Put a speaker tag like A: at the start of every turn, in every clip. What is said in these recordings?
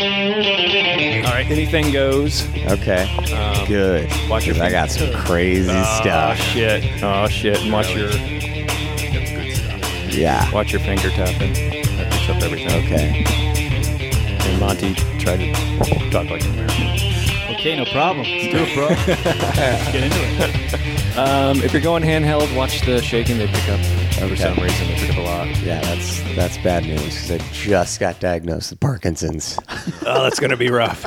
A: All right, anything goes.
B: Okay. Good.
A: Um, watch your
B: 'Cause I got some crazy
A: Oh
B: stuff.
A: shit! Oh shit! And watch your
B: Yeah.
A: watch your finger tapping. That picks up everything.
B: Okay.
A: And Monty tried to talk like an American.
C: Okay, no problem. Let's do it, bro. Let's get into it.
A: Um, if you're going handheld, watch the shaking. They pick up for
B: Okay.
A: some reason. They pick up a lot.
B: Yeah, that's that's bad news because I just got diagnosed with Parkinson's.
A: Oh, that's gonna be rough.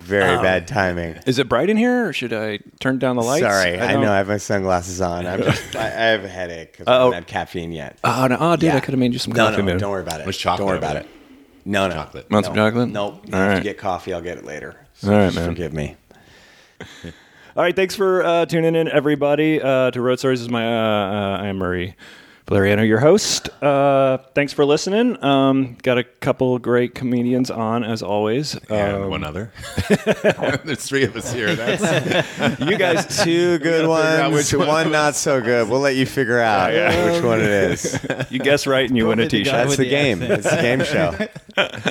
B: Very bad timing.
A: Is it bright in here, or should I turn down Oh. the lights?
B: Sorry, I,
A: don't-
B: know I have my sunglasses on. I'm just, I, I have a headache 'cause I
A: Uh-oh.
B: haven't had caffeine yet.
A: Oh, no. oh dude,
B: Yeah.
A: I could have made you some
B: No,
A: coffee.
B: no,
A: man.
B: don't worry about it.
D: There's chocolate
B: Don't worry
D: over
B: about
D: there.
B: it. No, no.
D: Chocolate.
A: Want some
B: No.
A: chocolate?
B: Nope.
A: All
B: If
A: right.
B: you get coffee, I'll get it later.
A: All right, man.
B: Forgive me.
A: All right, thanks for uh, tuning in, everybody. Uh, to Road Stories is my uh, uh, I am Murray Valeriano, your host. Uh, thanks for listening. Um, got a couple great comedians on as always.
D: and
A: Um,
D: one other. There's three of us here. That's
B: You guys, two good
D: out
B: ones,
D: which one
B: one, not so good. We'll let you figure out which one it is.
A: you guess right, and you win a
C: Probably the
A: T-shirt.
C: guy
B: That's
C: with
B: the
C: the
B: game.
C: accent.
B: It's the game show.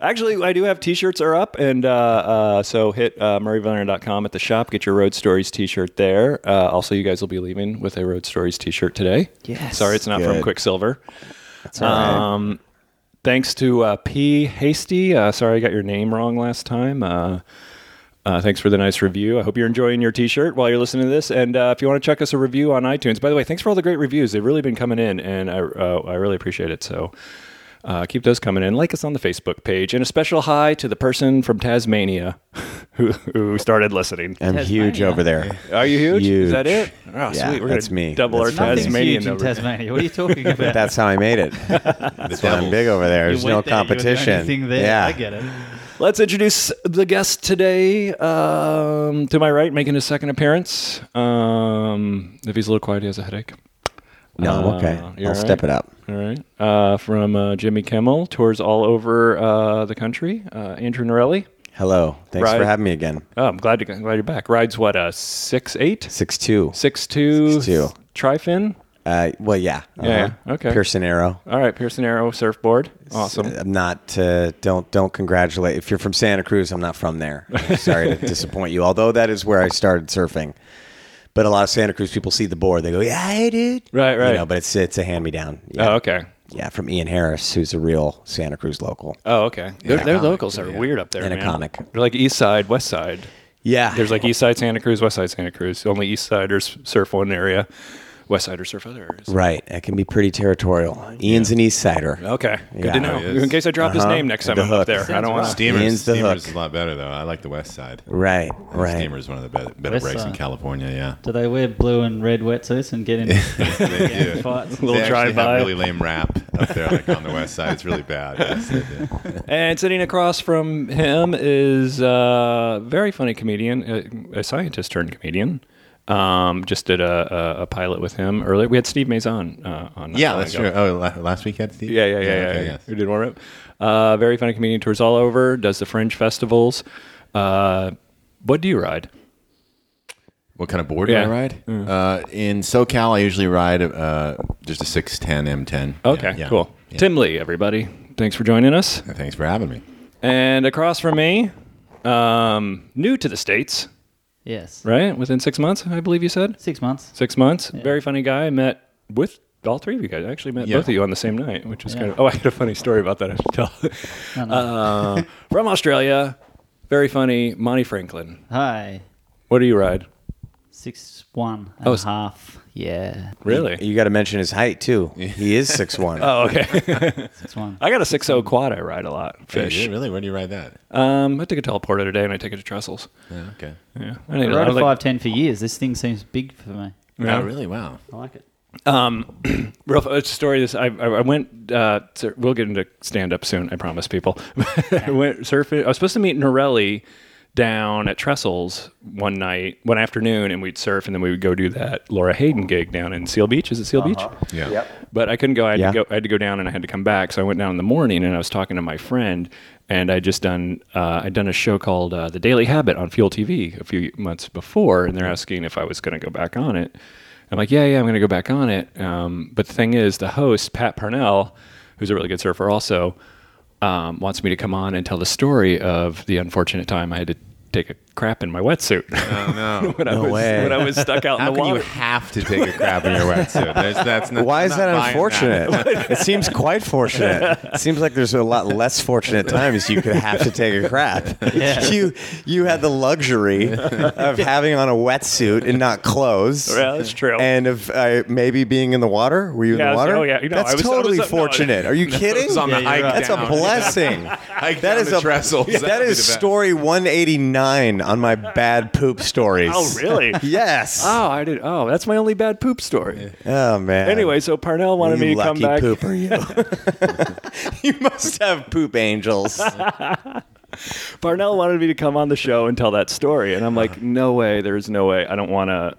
A: Actually, I do have T-shirts are up, and uh, uh, so hit uh, murrayvalerian.com at the shop. Get your Road Stories T-shirt there. Uh, also, you guys will be leaving with a Road Stories T-shirt today.
C: Yes.
A: Sorry, it's not from
B: Good.
A: Quicksilver.
B: It's all right.
A: Um, thanks to uh, P. Hasty. Uh, sorry I got your name wrong last time. Uh, uh, thanks for the nice review. I hope you're enjoying your T-shirt while you're listening to this. And uh, if you want to check us a review on iTunes, by the way, thanks for all the great reviews. They've really been coming in, and I uh, I really appreciate it. So. Uh, keep those coming in. Like us on the Facebook page, and a special hi to the person from Tasmania who, who started listening.
B: I'm huge
C: Tasmania.
B: over there.
A: Are you huge? Is that
B: Huge.
A: it? Oh,
B: Yeah,
A: sweet. We're
B: that's
A: gonna
B: me.
A: Double
B: That's
A: our
B: me.
C: Nothing's
A: Tasmanian
C: huge in
A: number.
C: Tasmania. What are you talking about?
B: That's how I made it.
D: the
B: That's why I'm big over there.
C: You
B: There's
C: went
B: no
C: there, you didn't do
B: competition.
C: anything there.
B: Yeah,
C: I get it.
A: Let's introduce the guest today. Um, to my right, making his second appearance. Um, if he's a little quiet, he has a headache.
B: No,
A: Uh,
C: Oh,
B: okay.
A: you're
B: I'll
A: all
B: step
A: right?
B: it up.
A: All right. Uh, from uh, Jimmy Kimmel, tours all over uh, the country. Uh, Andrew Norelli.
B: Hello. Thanks
A: Right.
B: for having me again.
A: Oh, I'm glad, to, glad you're back. Rides what, a 6'8? Six, 6'2?
B: Six two.
A: Six, two,
B: Six, two.
A: Trifin?
B: Uh, well, yeah.
A: Yeah, yeah. Okay.
B: Pearson Arrow.
A: All right, Pearson Arrow surfboard. Awesome.
B: I'm not. Uh, don't don't congratulate. If you're from Santa Cruz, I'm not from there. Sorry to disappoint you. Although that is where I started surfing. But a lot of Santa Cruz people see the board. They go, "Yeah, I did."
A: Right, right.
B: You know, but it's it's a hand me down. Yeah.
A: Oh, okay.
B: Yeah, from Ian Harris, who's a real Santa Cruz local
A: Oh, okay. Their, their
D: comic,
A: locals are
D: yeah.
A: weird up there,
B: and a
A: man.
B: comic.
A: They're like East Side, West Side.
B: Yeah,
A: There's like East Side Santa Cruz, West Side Santa Cruz. Only East Siders surf one area, West Siders surf other areas.
B: right. It can be pretty territorial. Ian's an East Sider.
A: Okay, good
B: Yeah.
A: to know.
D: Oh, yes.
A: In case I drop his
B: Uh-huh.
A: name next time
B: The
A: I'm up
B: hook.
A: there, I
C: Sounds
A: don't want
C: rough.
A: to.
D: Steamers.
B: Ian's the
D: Steamers
B: hook.
D: is a lot better though. I like the West Side.
B: Right,
D: I think
B: right.
D: Steamer is one of the better, better
C: West
D: breaks in
C: Side.
D: California. Yeah.
C: Do they wear blue and red wetsuits and get in
D: They do.
C: fights?
A: Little
D: They actually have
A: drive-by.
D: really lame rap up there, like on the west side. It's really bad. Yes, they do.
A: And sitting across from him is a very funny comedian, a, a scientist turned comedian. Um, just did a, a, a pilot with him earlier. We had Steve Maison uh, on. not
D: yeah,
A: long
D: that's
A: ago.
D: true. Oh, la- last week had Steve.
A: Yeah, yeah, yeah, yeah.
D: okay,
A: yeah.
D: yes.
A: We did warm up. Uh, very funny comedian tours all over. Does the fringe festivals. Uh, what do you ride?
D: What kind of board
A: Yeah. Mm.
D: do I ride? Uh, in SoCal, I usually ride uh, just a 610 M10.
A: Okay,
D: Yeah, yeah.
A: cool.
D: Yeah.
A: Tim Lee, everybody. Thanks for joining us.
D: Thanks for having me.
A: And across from me, um, new to the States,
C: Yes.
A: right? Within six months, I believe you said.
C: Six months.
A: Six months. Very funny guy. I met with all three of you guys. I actually met
D: Yeah.
A: both of you on the same night, which is
C: Yeah.
A: kind of. Oh, I had a funny story about that I should tell.
C: No, no.
A: Uh, from Australia, very funny, Monty Franklin.
C: Hi.
A: What do you ride?
C: Six one and
A: Oh,
C: a
A: s-
C: half. Yeah.
A: Really?
B: You got to mention his height too. He is six one.
A: Oh, okay.
C: Six one.
A: I got a 6 quad I ride a lot.
D: Hey,
A: Fish.
D: yeah, really? Where do you ride that?
A: Um, I take a teleporter today and I take it to trestles.
D: Yeah, okay.
A: Yeah. I need
C: I
A: a-
C: rode
A: I
C: a
A: like-
C: five ten for years. This thing seems big for me.
A: Yeah.
D: Oh, really? Wow.
C: I like it.
A: Um, Real it's a story. This I I I went. Uh, to, we'll get into stand up soon. I promise, people. I went surfing. I was supposed to meet Norelli down at Trestles one night, one afternoon, and we'd surf, and then we would go do that Laura Hayden gig down in Seal Beach. Is it Seal Beach?
D: Yeah.
A: But I couldn't go. I had
B: Yeah.
A: to go. I had to go down, and I had to come back. So I went down in the morning, and I was talking to my friend, and I just done. Uh, I'd done a show called uh, The Daily Habit on Fuel TV a few months before, and they're asking if I was going to go back on it. And I'm like, yeah, yeah, I'm going to go back on it. Um, but the thing is, the host, Pat Parnell, who's a really good surfer also, um, wants me to come on and tell the story of the unfortunate time I had to take a crap in my wetsuit.
D: no.
A: when I
B: No
A: was,
B: way.
A: When I was stuck out in
D: How
A: the
D: can
A: water.
D: you have to take a crap in your wetsuit? There's, that's not,
B: Why is
D: I'm
B: that
D: not buying
B: unfortunate? it seems quite fortunate. It seems like there's a lot less fortunate times you could have to take a crap. You you had the luxury of having on a wetsuit and not clothes.
A: Yeah, that's true.
B: And of uh, maybe being in the water. Were you in
A: Yeah,
B: the water?
A: oh, yeah. No,
B: that's
A: I was- I was up-
B: totally
A: no, I-
B: fortunate. Are you kidding?
D: was on the Yeah, hike you're right.
B: that's a
D: down.
B: blessing.
D: Hike
B: that
D: down
B: is
D: the
B: a
D: trestles. That
B: that
D: would be the
B: is
D: best.
B: story 189 on my bad poop stories.
A: Oh, really?
B: Yes.
A: Oh, I did. Oh, that's my only bad poop story.
B: Oh, man.
A: Anyway, so Parnell wanted me
B: you
A: to come
B: lucky
A: back.
B: pooper, you. Uh, you must have poop angels.
A: Parnell wanted me to come on the show and tell that story, and I'm
B: Uh-huh.
A: like, no way, there's no way. I don't want to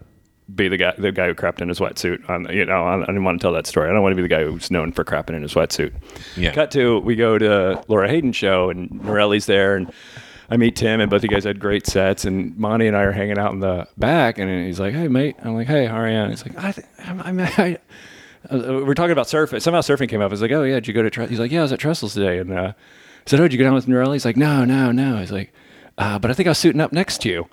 A: be the guy, the guy who crapped in his wetsuit. On you know, I didn't want to tell that story. I don't want to be the guy who's known for crapping in his wetsuit.
D: Yeah.
A: Cut to we go to Laura Hayden's show, and Norelli's there, and I meet Tim, and both you guys had great sets, and Monty and I are hanging out in the back, and he's like, hey mate, I'm like, hey, how are you? And he's like, I, th- I'm, I'm, I uh, we're talking about surfing. Somehow surfing came up. I was like, oh yeah, did you go to? Tre-? He's like, yeah, I was at Trestles today. And uh, I said, oh, did you go down with Norelli? He's like, no, no, no. He's like, uh, but I think I was suiting up next to you.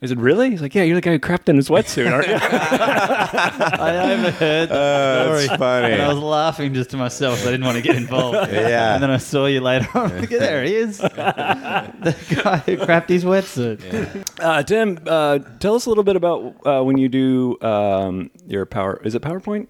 A: I said, really? He's like, yeah, you're the guy who crapped in his wetsuit, aren't you?
C: I haven't heard that
B: that's
C: story.
B: funny.
C: And I was laughing just to myself. I didn't want to get involved.
B: Yeah.
C: And then I saw you later on. Look, there he is. the guy who crapped his wetsuit.
A: uh, Tim, uh, tell us a little bit about uh, when you do um, your power. Is it PowerPoint?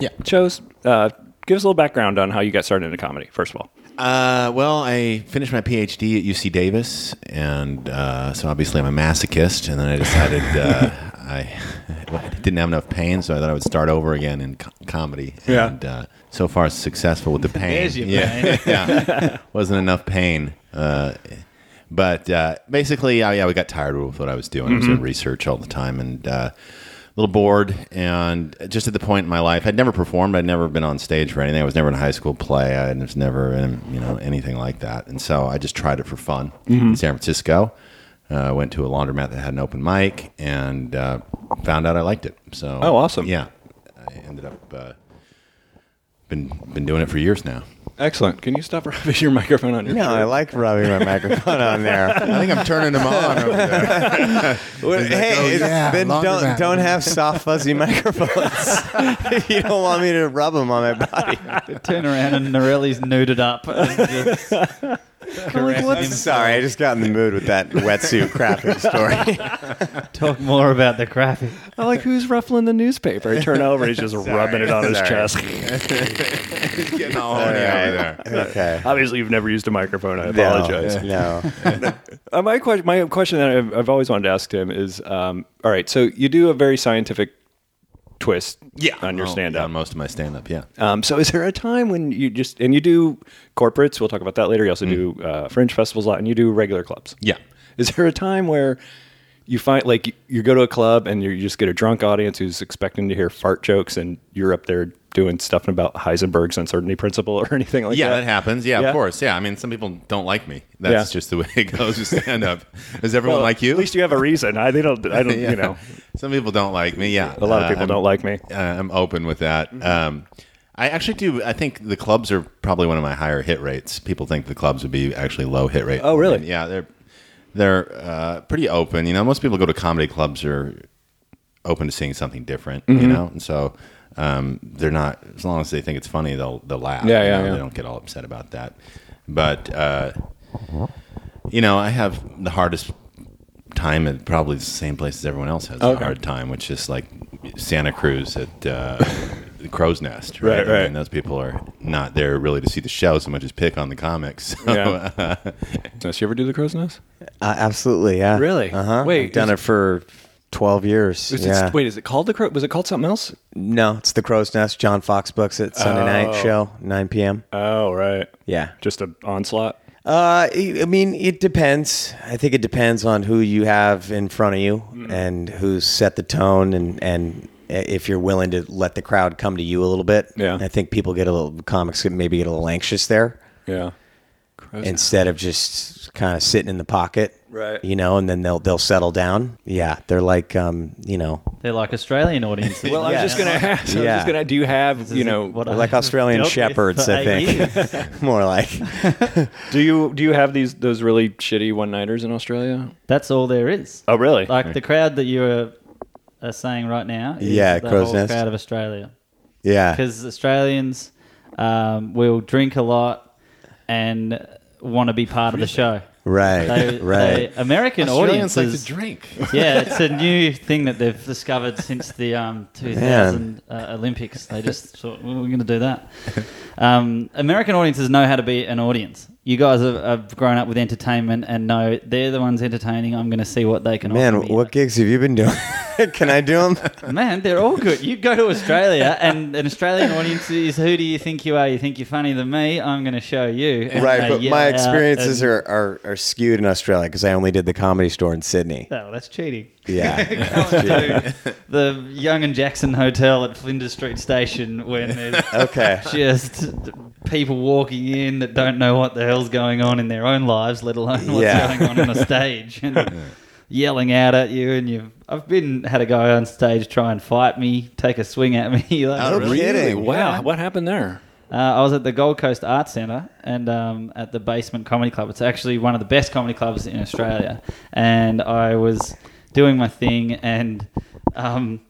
D: Yeah.
A: Shows. Uh, give us a little background on how you got started into comedy. First of all,
D: Uh, well, I finished my PhD at UC Davis, and uh, so obviously I'm a masochist. And then I decided uh, I I didn't have enough pain, so I thought I would start over again in co- comedy.
A: Yeah.
D: And uh, so far, successful with the pain.
C: There's your
D: yeah.
C: pain.
D: yeah. Wasn't enough pain. Uh, but uh, basically, I, yeah, I got tired with what I was doing. I was
A: Mm-hmm.
D: doing research all the time and uh, a little bored. And just at the point in my life, I'd never performed. I'd never been on stage for anything. I was never in a high school play. I was never in, you know, anything like that. And so I just tried it for fun
A: Mm-hmm.
D: in San Francisco. Uh, I went to a laundromat that had an open mic and uh, found out I liked it. So
A: Oh, awesome.
D: Yeah, I ended up uh, been been doing it for years now.
A: excellent. Can you stop rubbing your microphone on your?
B: no, I like rubbing my microphone on there.
D: I think I'm turning them on over there.
B: Well, hey,
D: oh,
B: it's-
D: yeah,
B: then
D: longer
B: don't
D: back.
B: don't have soft fuzzy microphones. if you don't want me to rub them on my body.
C: Turn around and Norelli's nuded up. And just caressing
B: I'm
C: him.
B: sorry, I just got in the mood with that wetsuit crapping story.
C: Talk more about the crapping.
A: I'm like, who's ruffling the newspaper? I turn over, he's just rubbing it on his
B: Sorry.
A: chest.
D: Getting all
B: All
D: horny over
B: right.
D: there.
B: Okay.
A: Obviously, you've never used a microphone. I apologize.
B: No. no.
A: Uh, my question, my question that I've, I've always wanted to ask Tim is: um, All right, so you do a very scientific twist, on your
D: Oh,
A: stand-up.
D: on most of my stand up. Yeah.
A: Um, so, is there a time when you just and you do corporates? We'll talk about that later. You also do uh, fringe festivals a lot, and you do regular clubs.
D: Yeah.
A: Is there a time where you find like you, you go to a club and you just get a drunk audience who's expecting to hear fart jokes, and you're up there doing stuff about Heisenberg's uncertainty principle or anything like
D: yeah,
A: that?
D: that happens. Yeah,
A: Yeah.
D: of course. Yeah, I mean, some people don't like me. That's
A: Yeah.
D: just the way it goes with stand up. Is everyone
A: Well,
D: like you?
A: At least you have a reason. I they don't. I don't.
D: Yeah.
A: You know,
D: some people don't like me. Yeah,
A: a lot of
D: Uh,
A: people
D: I'm-
A: don't like me.
D: uh, I'm open with that.
A: Mm-hmm.
D: Um, I actually do. I think the clubs are probably one of my higher hit rates. People think the clubs would be actually low hit rate.
A: Oh, really?
D: And, yeah, they're they're uh, pretty open. You know, most people who go to comedy clubs are open to seeing something different. You
A: Mm-hmm.
D: know, and so um, they're not as long as they think it's funny, they'll they'll laugh.
A: Yeah,
D: you
A: yeah,
D: know,
A: yeah.
D: They don't get all upset about that. But uh, you know, I have the hardest time at probably the same place as everyone else has
A: Okay.
D: a hard time, which is like Santa Cruz at uh, the Crow's Nest.
A: Right, right.
D: And those people are not there really to see the show so much as pick on the comics. So,
A: Yeah.
D: uh,
A: Does you ever do the crow's nest?
B: Uh, absolutely, yeah.
A: Really?
B: Uh huh.
A: Wait,
B: done
A: is-
B: it for twelve years.
A: Is it-
B: yeah.
A: wait, is it called the crow? Was it called something else?
B: No, it's the Crow's Nest. John Fox books it Sunday night show, nine p.m.
A: Oh, right.
B: Yeah.
A: Just an onslaught.
B: Uh, I I mean, it depends. I think it depends on who you have in front of you
A: Mm.
B: and who's set the tone, and and if you're willing to let the crowd come to you a little bit.
A: Yeah.
B: I think people get a little comics get- maybe get a little anxious there.
A: Yeah.
B: instead of just kind of sitting in the pocket,
A: Right.
B: You know, and then they'll they'll settle down. Yeah, they're like, um, you know,
C: They like Australian audiences.
A: Well, I was
B: Yes.
A: just gonna ask. I was
B: Yeah.
A: just gonna. Do you have you know?
C: what
B: they're like Australian
C: Dealt with
B: shepherds,
C: for
B: I
C: eight
B: think. More like,
A: do you do you have these those really shitty one nighters in Australia?
C: That's all there is.
A: Oh, really?
C: Like the crowd that you are, are saying right now. Is
B: Yeah,
C: the
B: crow's
C: whole
B: nest.
C: crowd of Australia.
B: yeah,
C: because Australians um, will drink a lot and want to be part of the show.
B: right,
C: They,
B: right.
C: they-
D: uh,
C: American
D: Australians like to
C: audiences.
D: drink.
C: yeah, it's a new thing that they've discovered since the um, 2000 uh, Olympics. They just thought, well, we're going to do that. Um, American audiences know how to be an audience. You guys have, have grown up with entertainment and know they're the ones entertaining. I'm going to see what they can offer.
B: Man,
C: me.
B: what gigs have you been doing? Can I do them?
C: Man, they're all good. You go to Australia, and an Australian audience is who do you think you are? You think you're funnier than me? I'm going to show you. And
B: right,
C: they
B: but
C: yell
B: my
C: out
B: experiences
C: and-
B: are, are, are skewed in Australia because I only did the comedy store in Sydney.
C: Oh, that's cheating.
B: Yeah.
C: Come to the Young and Jackson Hotel at Flinders Street Station when there's
B: Okay.
C: just people walking in that don't know what the hell's going on in their own lives, let alone what's
B: Yeah.
C: going on on a stage and yelling out at you. And you, I've been had a guy on stage try and fight me, take a swing at me. Like,
D: Oh, really?
B: kidding.
A: wow. What happened there?
C: Uh, I was at the Gold Coast Art Centre and um, at the Basement Comedy Club. It's actually one of the best comedy clubs in Australia. And I was doing my thing, and um,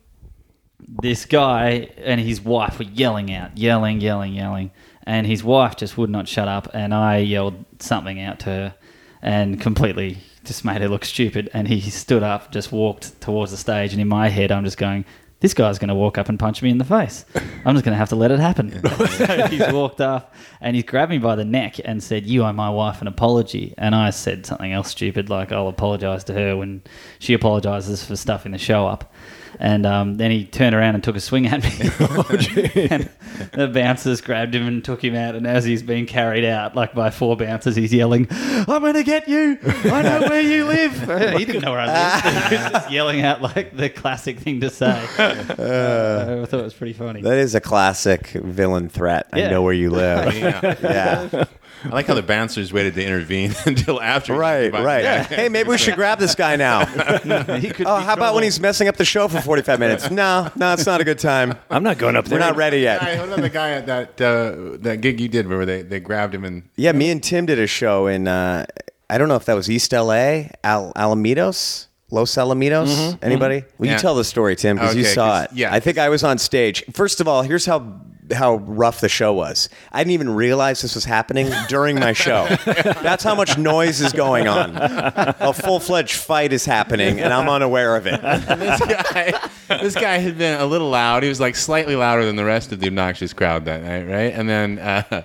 C: this guy and his wife were yelling out, yelling, yelling, yelling. And his wife just would not shut up. And I yelled something out to her and completely just made her look stupid. And he stood up, just walked towards the stage. And in my head, I'm just going, this guy's going to walk up and punch me in the face. I'm just going to have to let it happen. so he's walked up and he's grabbed me by the neck and said, You owe my wife an apology. And I said something else stupid, like, I'll apologize to her when she apologizes for stuffing the show up. And um, then he turned around and took a swing at me. and the bouncers grabbed him and took him out. And as he's being carried out, like by four bouncers, he's yelling, I'm going to get you. I know where you live. he didn't know where I lived. he was just yelling out like the classic thing to say. Uh, I thought it was pretty funny.
B: That is a classic villain threat. I
C: Yeah.
B: know where you live.
D: Yeah.
B: yeah.
D: I like how the bouncers waited to intervene until after.
B: Right, right. Hey, maybe we should grab this guy now.
C: He could
B: Oh,
C: be
B: how about when
C: trouble.
B: he's messing up the show for 45 minutes? No, no, it's not a good time.
A: I'm not going up there.
B: We're not ready
D: I
B: yet.
D: remember the guy at that uh, that gig you did where they, they grabbed him and
B: Yeah, me and Tim did a show in, uh, I don't know if that was East LA, Al- Alamitos. Los Alamitos? Anybody? Will
D: Mm-hmm, Yeah.
B: you tell the story, Tim, because you
D: Okay,
B: saw
D: 'cause-
B: it.
D: yeah.
B: I think I was on stage. First of all, here's how how rough the show was. I didn't even realize this was happening during my show. That's how much noise is going on. A full fledged fight is happening, and I'm unaware of it.
D: this guy this guy had been a little loud. He was like slightly louder than the rest of the obnoxious crowd that night, right? And then uh,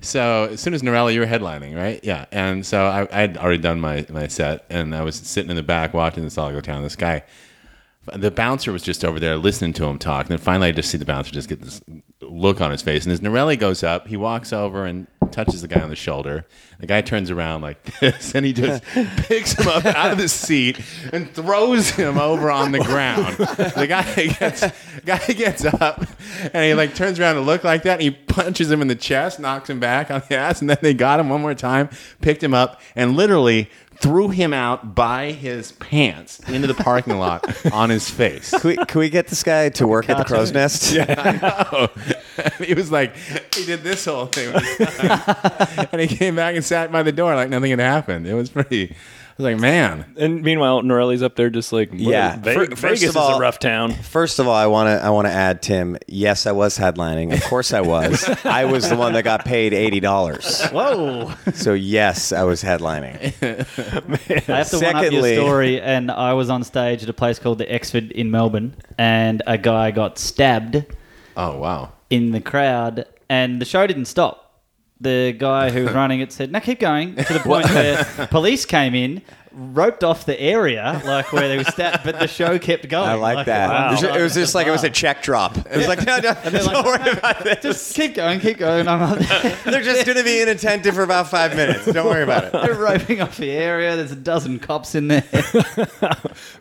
D: so as soon as Norella, you were headlining, right? Yeah. And so I, I had already done my, my set, and I was sitting in the back watching this all go down. This guy, the bouncer was just over there listening to him talk. And then finally, I just see the bouncer just get this look on his face. And as Norelli goes up, he walks over and touches the guy on the shoulder. The guy turns around like this, and he just picks him up out of the seat and throws him over on the ground. The guy gets guy gets up, and he like turns around to look like that. And he punches him in the chest, knocks him back on the ass, and then they got him one more time, picked him up, and literally threw him out by his pants into the parking lot on his face.
B: Can we, can we get this guy to work at the crow's nest?
D: he was like, he did this whole thing, with his time. and he came back and sat by the door like nothing had happened. It was pretty. I was like, man,
A: And meanwhile, Norelli's up there just like,
B: Yeah.
A: yeah. Ve-
B: Fir- first
A: Vegas
B: of
A: is
B: all-
A: a rough town.
B: First of all, I want to I want to add, Tim. Yes, I was headlining. Of course, I was. I was the one that got paid eighty dollars.
C: Whoa!
B: So yes, I was headlining.
C: I have to one up your
B: Secondly-
C: story. And I was on stage at a place called the Exford in Melbourne, and a guy got stabbed
D: oh wow,
C: in the crowd, and the show didn't stop. The guy who was running it said, "No, keep going." To the point where police came in, roped off the area, like where they were stat, but the show kept going.
B: I like that.
C: it was
B: It was- It was
C: unplugged
B: just like it was a
C: at the
B: check drop. It was like, no, no,
C: bar.
B: don't
C: They're like,
B: worry
C: "No,
B: about this.
C: Just keep going, keep going. I'm up there.
B: They're just going to be inattentive for about five minutes. Don't worry about it.
C: They're roping off the area. There's a dozen cops in there.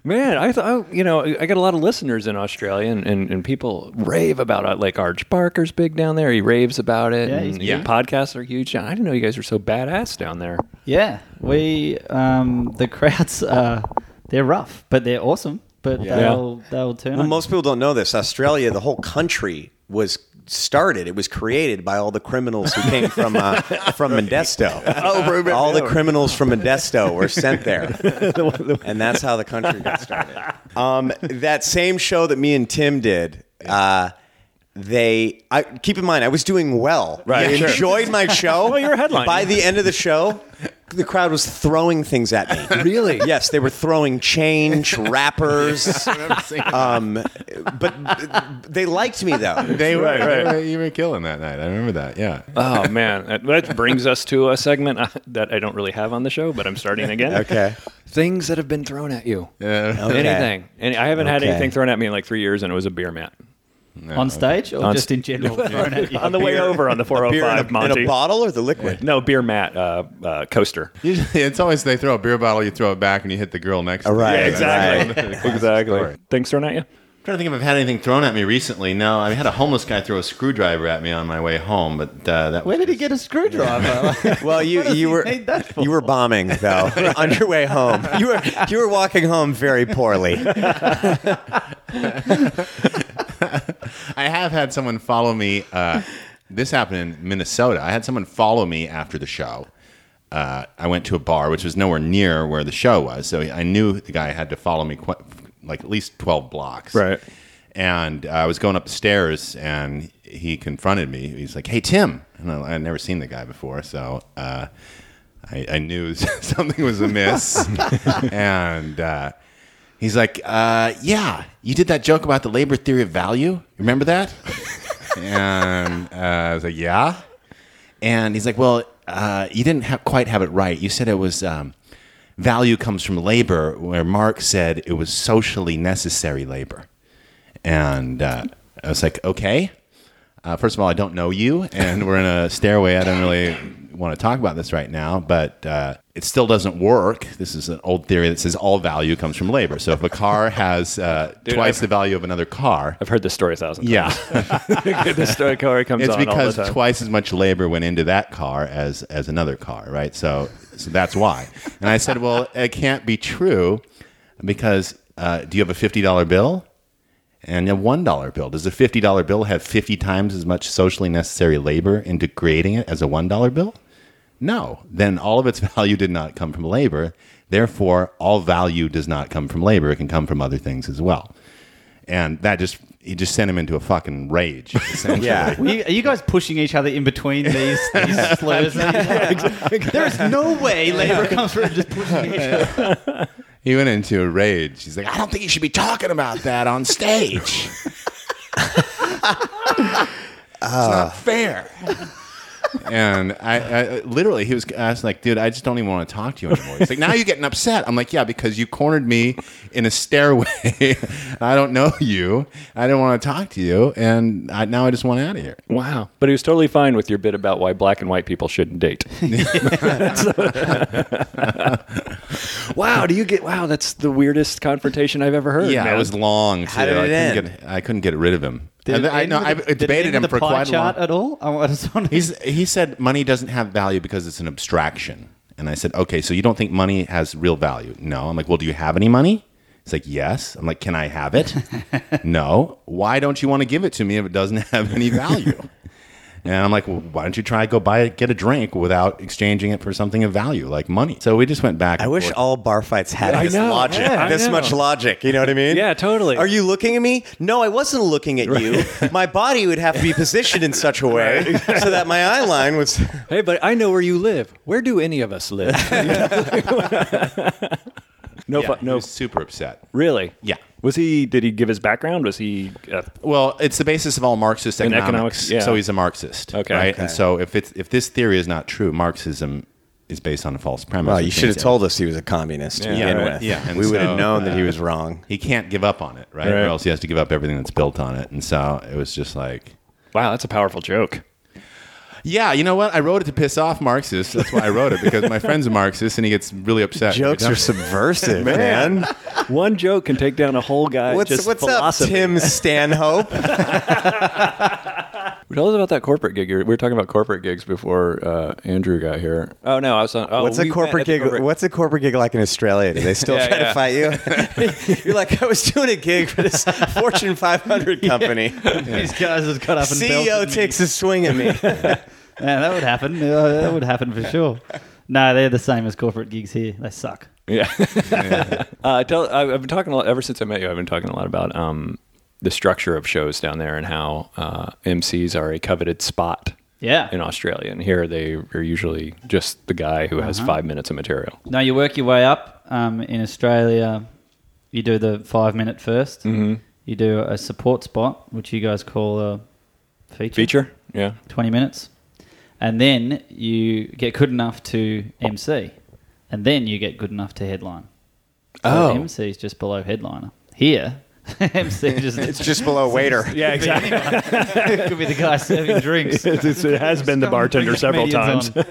A: Man, I thought you know I got a lot of listeners in Australia, and, and, and people rave about it. Like Arch Barker's big down there; he raves about it.
C: Yeah,
A: and
C: he's
A: your
C: big.
A: podcasts are huge. I didn't know you guys were so badass down there.
C: Yeah, we um, the crowds are they're rough, but they're awesome. But they'll they'll turn.
B: Well,
C: up.
B: most people don't know this. Australia, the whole country was started. It was created by all the criminals who came from uh, from Modesto. all the criminals from Modesto were sent there, and that's how the country got started. Um, that same show that me and Tim did. Uh, they I keep in mind I was doing well. Right, I enjoyed my show.
A: Well, you were headlining.
B: By the end of the show, the crowd was throwing things at me.
A: Really?
B: Yes, they were throwing change, wrappers,
D: um,
B: um, but they liked me though.
D: they were, they were- you were killing that night. I remember that. Yeah.
A: Oh man, that, that brings us to a segment uh, that I don't really have on the show, but I'm starting again.
B: Okay.
A: things that have been thrown at you.
D: Yeah.
B: Okay.
A: Anything, and I haven't had
B: Okay.
A: anything thrown at me in like three years, and it was a beer mat
C: on stage or
A: On
C: just
A: st-
C: in general. thrown at you?
A: on the way over on the
B: Beer in
A: 405
B: a,
A: Monty.
B: in a bottle or the liquid?
A: no beer mat uh, uh, coaster.
D: Usually, it's always they throw a beer bottle, you throw it back, and you hit the girl next. to you.
B: Right,
A: Yeah,
B: Yeah,
A: exactly. exactly. Things thrown at you?
D: trying to think if I've had anything thrown at me recently. No, I had a homeless guy throw a screwdriver at me on my way home, but uh, that
C: Where
D: was
C: did he get a screwdriver?
B: Well, you
C: does
B: you
C: he
B: were
C: need that for?
B: you were bombing though on your way home. You were you were walking home very poorly.
D: I have had someone follow me. Uh, this happened in Minnesota. I had someone follow me after the show. Uh, I went to a bar, which was nowhere near where the show was, so I knew the guy had to follow me qu- like at least twelve blocks.
A: Right.
D: And uh, I was going up the stairs, and he confronted me. He's like, "Hey, Tim," and I, I'd never seen the guy before, so. Uh, I, I knew something was amiss. and uh, he's like, uh, Yeah, you did that joke about the labor theory of value. Remember that? and uh, I was like, Yeah. And he's like, Well, uh, you didn't ha- quite have it right. You said it was um, value comes from labor, where Marx said it was socially necessary labor. And uh, I was like, Okay. Uh, first of all, I don't know you, and we're in a stairway. I don't really want to talk about this right now, but uh, it still doesn't work. This is an old theory that says all value comes from labor. So if a car has uh, twice
A: I've-
D: the value of another car,
A: I've heard this story a thousand times.
D: yeah,
A: the story color comes
D: it's
A: on all the
D: because
A: time.
D: twice as much labor went into that car as as another car, right? So so that's why. And I said, well, it can't be true because uh, do you have a fifty dollar bill? And a one dollar bill. Does a fifty dollar bill have fifty times as much socially necessary labor into creating it as a one dollar bill? No. Then all of its value did not come from labor. Therefore, all value does not come from labor. It can come from other things as well. And that just he just sent him into a fucking rage. essentially.
B: Yeah.
C: Were you, are you guys pushing each other in between these, these slurs? There is no way labor comes from just pushing each other.
D: He went into a rage. He's like, I don't think you should be talking about that on stage. it's
C: Ah.
D: not fair. and I, I literally, he was asking, like, dude, I just don't even want to talk to you anymore. He's like, now you're getting upset. I'm like, yeah, because you cornered me in a stairway. I don't know you. I didn't want to talk to you. And I, now I just want out of here.
A: Wow. But he was totally fine with your bit about why black and white people shouldn't date. wow. Do you get, wow, that's the weirdest confrontation I've ever heard.
D: Yeah,
A: man.
D: it was long. Too.
B: How did
D: I,
B: it
D: couldn't
B: end?
D: Get, I couldn't get rid of him. I, I, no, I
C: Did it
D: debated
C: end
D: him
C: with
D: for
C: the pie
D: quite a long
C: chart at all. I was wondering.
D: He's, he said money doesn't have value because it's an abstraction. And I said, okay, so you don't think money has real value? No. I'm like, well, do you have any money? He's like, yes. I'm like, can I have it? no. Why don't you want to give it to me if it doesn't have any value? and I'm like, well, why don't you try go buy it, get a drink without exchanging it for something of value like money? So we just went back.
B: I
D: and
B: wish
D: forth.
B: all bar fights had
A: I
B: this
A: know.
B: logic,
A: Yeah, I
B: this
A: know.
B: much logic. You know what I mean?
A: Yeah, totally.
B: Are you looking at me? No, I wasn't looking at you. My body would have to be positioned in such a way so that my eye line was.
A: Hey, but I know where you live. Where do any of us live? no,
D: Yeah,
A: fu-
D: he
A: no,
D: was super upset.
A: really?
D: Yeah.
A: Was he, did he give his background? Was he, uh,
D: Well, it's the basis of all Marxist economics.
A: economics, yeah.
D: So he's a Marxist,
A: Okay.
D: right?
A: Okay.
D: And so if it's if this theory is not true, Marxism is based on a false premise.
B: Well, you
D: which
B: should
D: means
B: have told us he was a communist to
A: Yeah,
B: begin
A: right.
B: with.
D: Yeah, and
B: we would
D: so,
B: have known that he
D: uh,
B: was wrong.
D: he can't give up on it, right?
A: Right.
D: Or else he has to give up everything that's built on it. And so it was just like,
A: Wow, that's a powerful joke.
D: yeah, you know what? I wrote it to piss off Marxists. That's why I wrote it because my friend's a Marxist and he gets really upset.
B: Jokes are subversive, man.
A: One joke can take down a whole guy.
B: What's
A: just
B: what's up,
A: philosophy.
B: Tim Stanhope?
A: Tell us about that corporate gig. you were- We were talking about corporate gigs before uh, Andrew got here. Oh no, I was on. Oh,
B: What's a
A: we met
B: corporate
A: at the
B: gig?
A: corporate-
B: What's a corporate gig like in Australia? Do they still
A: Yeah,
B: try
A: yeah.
B: to fight you? You're like, I was doing a gig for this Fortune 500 company.
C: These guys has got up and belted
B: CEO
C: me.
B: takes a swing at me.
C: Yeah, that would happen. Yeah, that would happen for sure. No, they're the same as corporate gigs here. They suck.
A: Yeah. uh, tell, I- I've been talking a lot ever since I met you. I've been talking a lot about um, the structure of shows down there and how uh, MCs are a coveted spot
C: Yeah.
A: in Australia. And here they are usually just the guy who has five minutes of material.
C: No, you work your way up. Um, in Australia, you do the five minute 1st
D: Mm-hmm.
C: You do a support spot, which you guys call a feature.
A: Feature? Yeah.
C: 20 minutes. And then you get good enough to MC. And then you get good enough to headline.
A: Oh.
C: MC is just below headliner. Here, MC just
B: It's just below waiter.
A: Yeah, exactly.
C: could be the guy serving drinks.
A: it has been the bartender several
C: Comedians
A: times.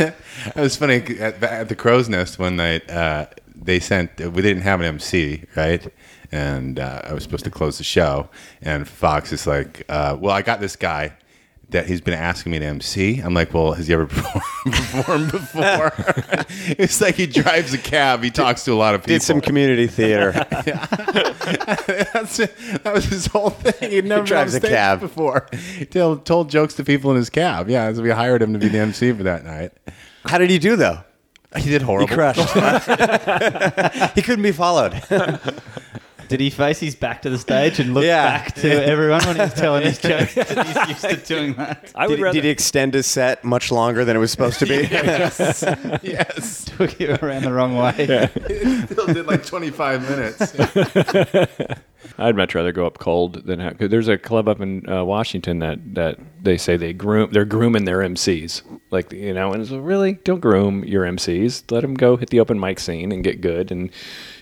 C: on.
D: It was funny at the, at the Crow's Nest one night. Uh, they sent we didn't have an MC, right? And uh, I was supposed to close the show, and Fox is like, uh, "Well, I got this guy." That he's been asking me to MC. I'm like, well, has he ever performed before? it's like he drives a cab. He talks to a lot of people.
B: Did some community theater.
D: That's it. That was his whole thing. He'd never
B: drives
D: been
B: a cab.
D: on stage before. Told, told jokes to people in his cab. Yeah, so we hired him to be the MC for that night.
B: How did he do though?
D: He did
B: He
D: horrible.
B: crushed. he couldn't be followed.
C: Did he face his back to the stage and look
B: Yeah.
C: back to everyone when he was telling his jokes? 'Cause He's used to doing that.
A: I would
B: Did,
A: rather.
B: did he extend his set much longer than it was supposed to be?
D: yes.
C: Took you around the wrong way.
D: Still did like 25 minutes.
A: I'd much rather go up cold than have. Cause there's a club up in uh, Washington that that they say they groom. They're grooming their MCs, like you know. And it's like, really don't groom your MCs. Let them go hit the open mic scene and get good. And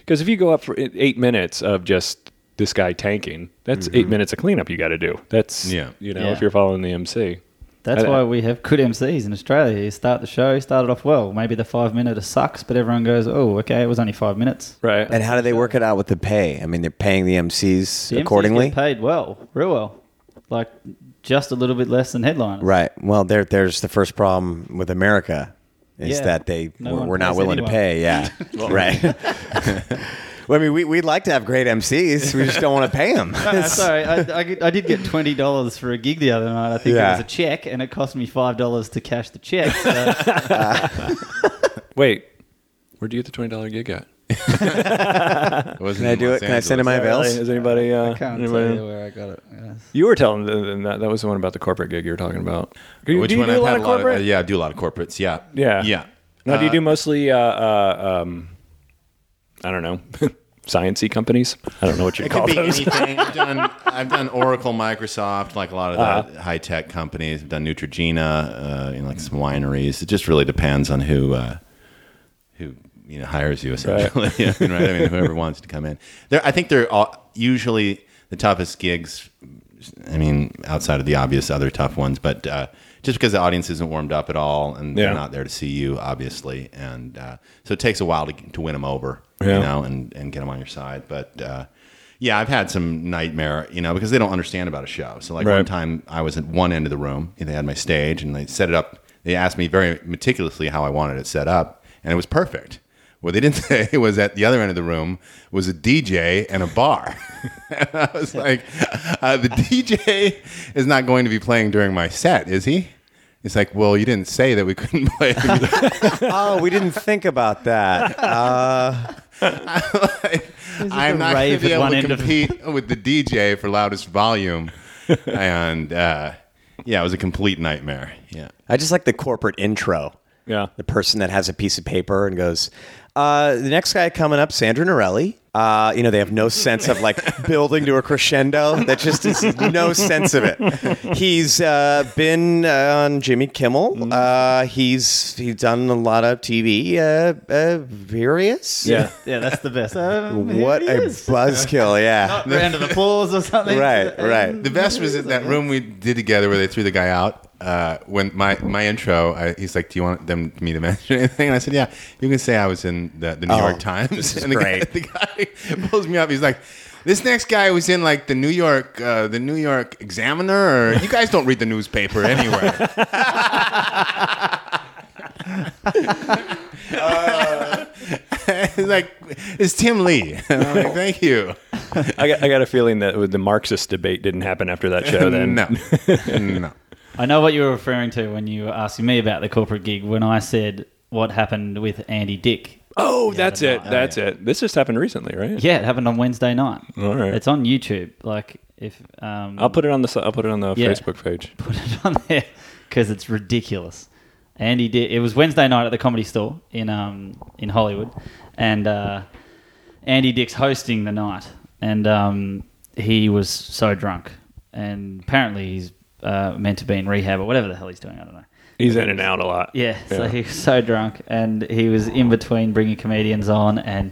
A: because if you go up for eight- eight minutes of just this guy tanking, that's eight minutes of cleanup you got to do. That's
D: Yeah.
A: you know
C: Yeah.
A: if you're following the MC.
C: That's
A: I-
C: why we have good MCs in Australia. You start the show, you start it off well. Maybe the five minute sucks, but everyone goes, oh, okay, it was only five minutes.
A: Right.
B: and how do they work it out with the pay? I mean, they're paying the MCs
C: The MCs get
B: accordingly.
C: paid well, real well. Like just a little bit less than headliners.
B: Right. Well, there, there's the first problem with America is
C: Yeah.
B: that they
C: No
B: we're,
C: one
B: we're not
C: pays
B: willing
C: anyone.
B: to pay. Yeah. right. well, I mean, we, we'd like to have great MCs. We just don't want to pay them.
C: No, sorry, I, I, get- I did get twenty dollars for a gig the other night. I think
B: Yeah.
C: it was a check, and it cost me five dollars to cash the check. So
A: Wait, where do you get the twenty dollar gig at?
D: Can
B: Can I do it? Can I send in my bills?
A: Is anybody? Uh,
C: I can't
A: anybody-
C: tell you where I got it. Yes.
A: You were telling them that that was the one about the corporate gig you were talking about. Do you-
D: Which
A: do you
D: one
A: do
D: I've
A: a lot
D: had
A: of corporate?
D: uh, yeah, I do a lot of corporates. Yeah.
A: Yeah.
D: Yeah.
A: Now, do you do mostly, uh, uh, um, I don't know, sciency companies? I don't know what you
D: It
A: call
D: could be
A: those.
D: anything. I've done, I've done Oracle, Microsoft, like a lot of the
A: Uh-huh.
D: high tech companies. I've done Neutrogena, uh, you know, like some wineries. It just really depends on who uh, who you know hires you essentially. Yeah, right? I mean, whoever wants to come in. There, I think they're all, usually the toughest gigs. I mean, outside of the obvious other tough ones, but uh, just because the audience isn't warmed up at all and
A: Yeah.
D: they're not there to see you, obviously, and uh, so it takes a while to to win them over,
A: Yeah.
D: you know, and and get them on your side. But uh, yeah, I've had some nightmare, you know, because they don't understand about a show. So like one
A: Right.
D: time time I was at one end of the room. and They had my stage and they set it up. They asked me very meticulously how I wanted it set up, and it was perfect. What they didn't say was at the other end of the room was a DJ and a bar. and I was like, uh, the DJ is not going to be playing during my set, is he? It's like, well, you didn't say that we couldn't play.
B: oh, we didn't think about that. Uh,
D: I'm not going to
C: rave
D: be
C: at
D: able
C: one
D: to
C: end of-
D: compete with the DJ for loudest volume. and uh, yeah, it was a complete nightmare. Yeah.
B: I just like the corporate intro.
A: Yeah.
B: The person that has a piece of paper and goes, uh, the next guy coming up, Sandra Norelli. Uh, you know, they have no sense of like building to a crescendo. That just is no sense of it. He's uh, been uh, on Jimmy
C: Mm-hmm.
B: Kimmel. Uh, he's he's done a lot of TV. Uh, uh, various.
A: Yeah.
C: yeah, that's the best. Um, here
B: What
C: he
B: a
C: is.
B: buzzkill. Yeah.
C: round of applause or something.
B: Right. Right.
E: The best was in that room we did together where they threw the guy out. Uh, when my my intro, I, he's like, "Do you want them me to mention anything?" And I said, "Yeah, you can say I was in the, the New
B: Oh,
E: York Times."
B: this is
E: and the
B: great.
E: Guy, the guy pulls me up. He's like. This next guy was in like the New York, uh, the New York Examiner. Or you guys don't read the newspaper anyway.
B: Uh,
E: He's like it's Tim Lee. And I'm like, Thank you.
A: I got, I got a feeling that the Marxist debate didn't happen after that show. Then
E: No, no.
C: I know what you were referring to when you were asking me about the corporate gig when I said what happened with Andy Dick.
A: Oh, that's
C: they're
A: it.
C: not. Oh,
A: That's it. This just happened recently, right?
C: Yeah, it happened on Wednesday night.
A: All right. Oh.
C: It's on YouTube. Like if um,
A: I'll put it on the. si- I'll put it on the
C: Yeah.
A: Facebook page.
C: put it on there because it's ridiculous. Andy did. It was Wednesday night at the Comedy Store in um in Hollywood, and uh, Andy Dick's hosting the night, and um, he was so drunk, and apparently he's uh, meant to be in rehab or whatever the hell he's doing. I don't know.
A: He's in and out a lot.
C: Yeah, so he was so drunk, and he was in between bringing comedians on, and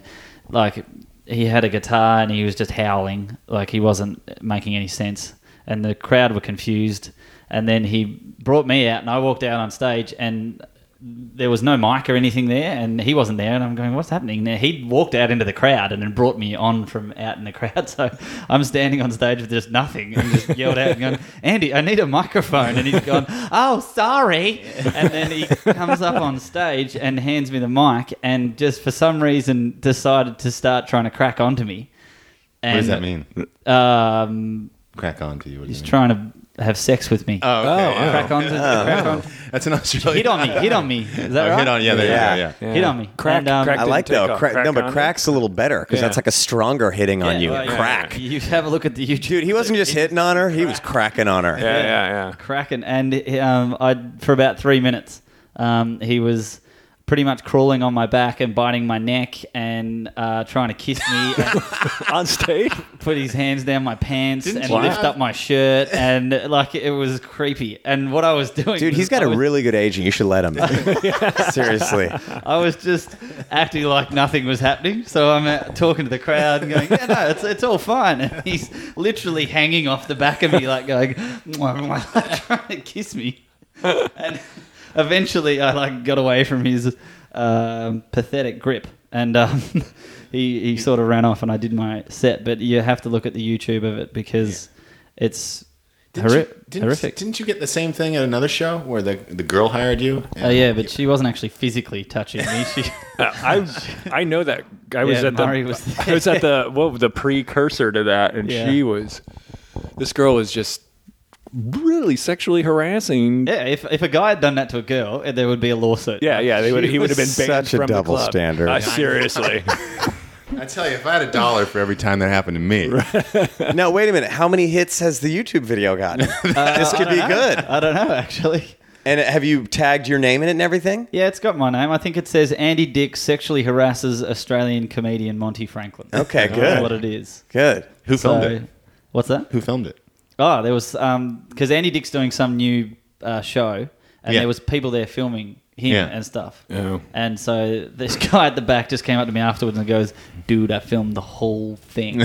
C: like he had a guitar and he was just howling, like he wasn't making any sense, and the crowd were confused. And then he brought me out, and I walked out on stage, and there was no mic or anything there, and he wasn't there, and I'm going, what's happening? Now he walked out into the crowd and then brought me on from out in the crowd, so I'm standing on stage with just nothing and just yelled out and going, Andy, I need a microphone, and he's gone, oh, sorry, and then he comes up on stage and hands me the mic, and just for some reason decided to start trying to crack onto me. And,
D: does that mean?
C: Um,
D: Crack on to you. What do you
C: he's
D: mean?
C: trying to have sex with me.
D: Oh, okay, yeah.
C: Crack onto,
B: Oh.
C: crack on,
D: that's an Australian.
C: hit on me, hit on me. Is that
D: Oh,
C: right?
D: hit on. Yeah, there
B: Yeah.
D: you go. Yeah.
C: Hit on me.
A: Crack-
C: And, um,
A: crack
B: I
A: Didn't
B: like
A: take
B: though.
A: off.
B: Crack,
A: Crack
B: no, but
A: on it?
B: crack's a little better because that's like a stronger hitting on
C: Yeah,
B: you.
C: well, yeah.
B: crack.
C: You have a look at the YouTube.
B: Dude, he wasn't just hitting on her; he was cracking on her.
A: Yeah, yeah,
C: cracking, and um, I for about three minutes, um, he was pretty much crawling on my back and biting my neck and uh, trying to kiss me, and
A: yeah. on stage.
C: put his hands down my pants
E: Didn't
C: and
E: you
C: lift
E: have-
C: up my shirt, and like it was creepy. And what I was doing,
B: Dude,
C: was
B: he's got
C: I
B: a
C: was-
B: really good aging. You should let him. Seriously.
C: I was just acting like nothing was happening. So I'm out talking to the crowd and going, yeah, no, it's, it's all fine. And he's literally hanging off the back of me, like going, mwah, mwah, trying to kiss me. And eventually I like got away from his um, pathetic grip. And um, he, he sort of ran off and I did my set. But you have to look at the YouTube of it because it's
D: Didn't
C: horri-
D: you, didn't,
C: horrific.
D: Didn't you get the same thing at another show where the, the girl hired you?
C: Oh yeah, but she wasn't actually physically touching me. She
A: Uh, I I know that I was
C: Yeah,
A: at the
C: Mari was
A: I was at the what the precursor to that, and
C: Yeah.
A: she was this girl was just really sexually harassing.
C: Yeah, if, if a guy had done that to a girl, eh, there would be a lawsuit.
A: Yeah, yeah, they would, he would have been
B: was
A: banned
B: such a
A: from the
B: double
A: club.
B: standard.
A: Uh, seriously,
E: I tell you, if I had a dollar for every time that happened to me,
B: Now, wait a minute. How many hits has the YouTube video gotten? this could be good.
C: I don't know, actually.
B: And have you tagged your name in it and everything?
C: Yeah, it's got my name. I think it says Andy Dick sexually harasses Australian comedian Monty Franklin.
B: Okay,
C: I don't know
B: good.
C: what it is.
B: Good.
D: Who filmed
C: So,
D: it?
C: what's that?
D: Who filmed it?
C: Oh, there was um because Andy Dick's doing some new uh, show, and
D: Yeah.
C: there was people there filming him
D: Yeah.
C: and stuff.
A: Yeah.
C: And so this guy at the back just came up to me afterwards and goes, "Dude, I filmed the whole thing.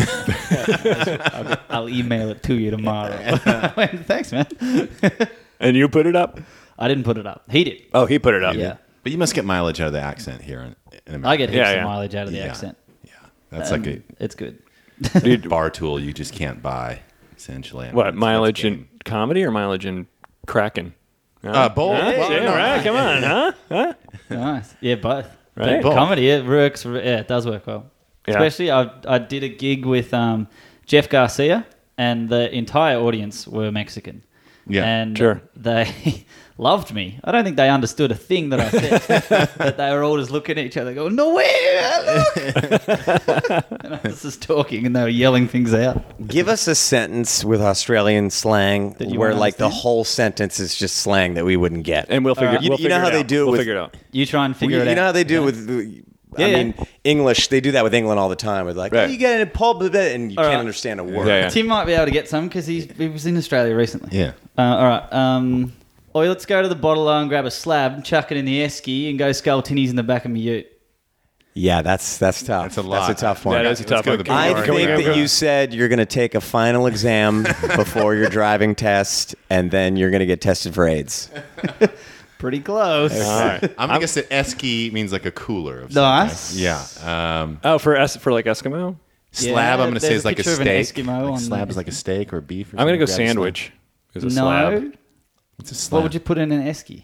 C: I'll, I'll email it to you tomorrow." I went, Thanks, man.
A: and you put it up.
C: I didn't put it up. He did.
A: Oh, he put it up.
C: yeah,
D: But you must get mileage out of the accent here in, in America.
C: I get heaps
A: Yeah, yeah.
C: of mileage out of the
D: Yeah.
C: accent.
D: Yeah, that's
C: Um,
D: like
C: it's good.
D: a bar tool you just can't buy. Essentially, I mean,
A: What
D: it's-
A: mileage
D: it's
A: in comedy or mileage in cracking?
D: Uh, bold.
A: Hey,
D: Well,
A: yeah,
D: no.
A: right, come on, huh? Huh?
C: Nice. Yeah, both.
A: Right?
C: But Comedy, it works. Yeah, it does work well.
A: Yeah.
C: Especially, I, I did a gig with um, Jeff Garcia, and the entire audience were Mexican.
D: Yeah,
C: and
A: sure.
C: they loved me. I don't think they understood a thing that I said. but they were all just looking at each other, going, "No way, look!" and I was just talking, and they were yelling things out.
B: Give us a sentence with Australian slang
C: you
B: where, like, the
C: understand?
B: whole sentence is just slang that we wouldn't get.
A: And we'll figure.
B: Uh, You-
A: we'll
B: you know
A: figure
B: how
A: it
B: they
A: out.
B: do it
A: Uh, We'll
B: with-
A: figure it out.
C: You try and
B: Well,
C: figure
B: you,
C: it
B: you know how
C: out.
B: they do with
C: Yeah,
B: I
C: yeah.
B: mean, English, they do that with England all the time. With like, "Oh,
A: Right.
B: you get in a pub, blah, blah, and you
C: All
B: can't
C: right.
B: understand a word.
A: Yeah, yeah.
C: Tim might be able to get some because he was in Australia recently.
D: Yeah.
C: Uh, all right. Um, oi, let's go to the bottle and grab a slab, chuck it in the esky, and go skull tinnies in the back of my ute.
B: Yeah, that's that's tough. That's
E: a lot.
B: That's a tough one.
A: That is a tough
E: go
A: one.
E: to the
A: Keep
E: bar.
B: I
A: going,
B: think
A: keep
B: that
A: going, keep
B: you said you're going to take a final exam before your driving test, and then you're going to get tested for AIDS.
C: Pretty close.
A: going. All right.
D: I'm,
E: I'm, I guess that esky means like a cooler. Of some
C: Nice.
E: kind. Yeah. Um,
A: Oh, for es- for like Eskimo,
D: slab. I'm gonna say
C: there's
D: is
C: a
D: like a
C: picture of an
D: steak.
C: Eskimo
D: Like
C: on
D: slab
C: the-
D: is like a steak or beef. Or
A: I'm gonna
D: something.
A: go
D: Grab a slab.
A: sandwich. Is a
C: No.
A: slab
D: It's a
C: What
D: slab.
C: would you put in an esky?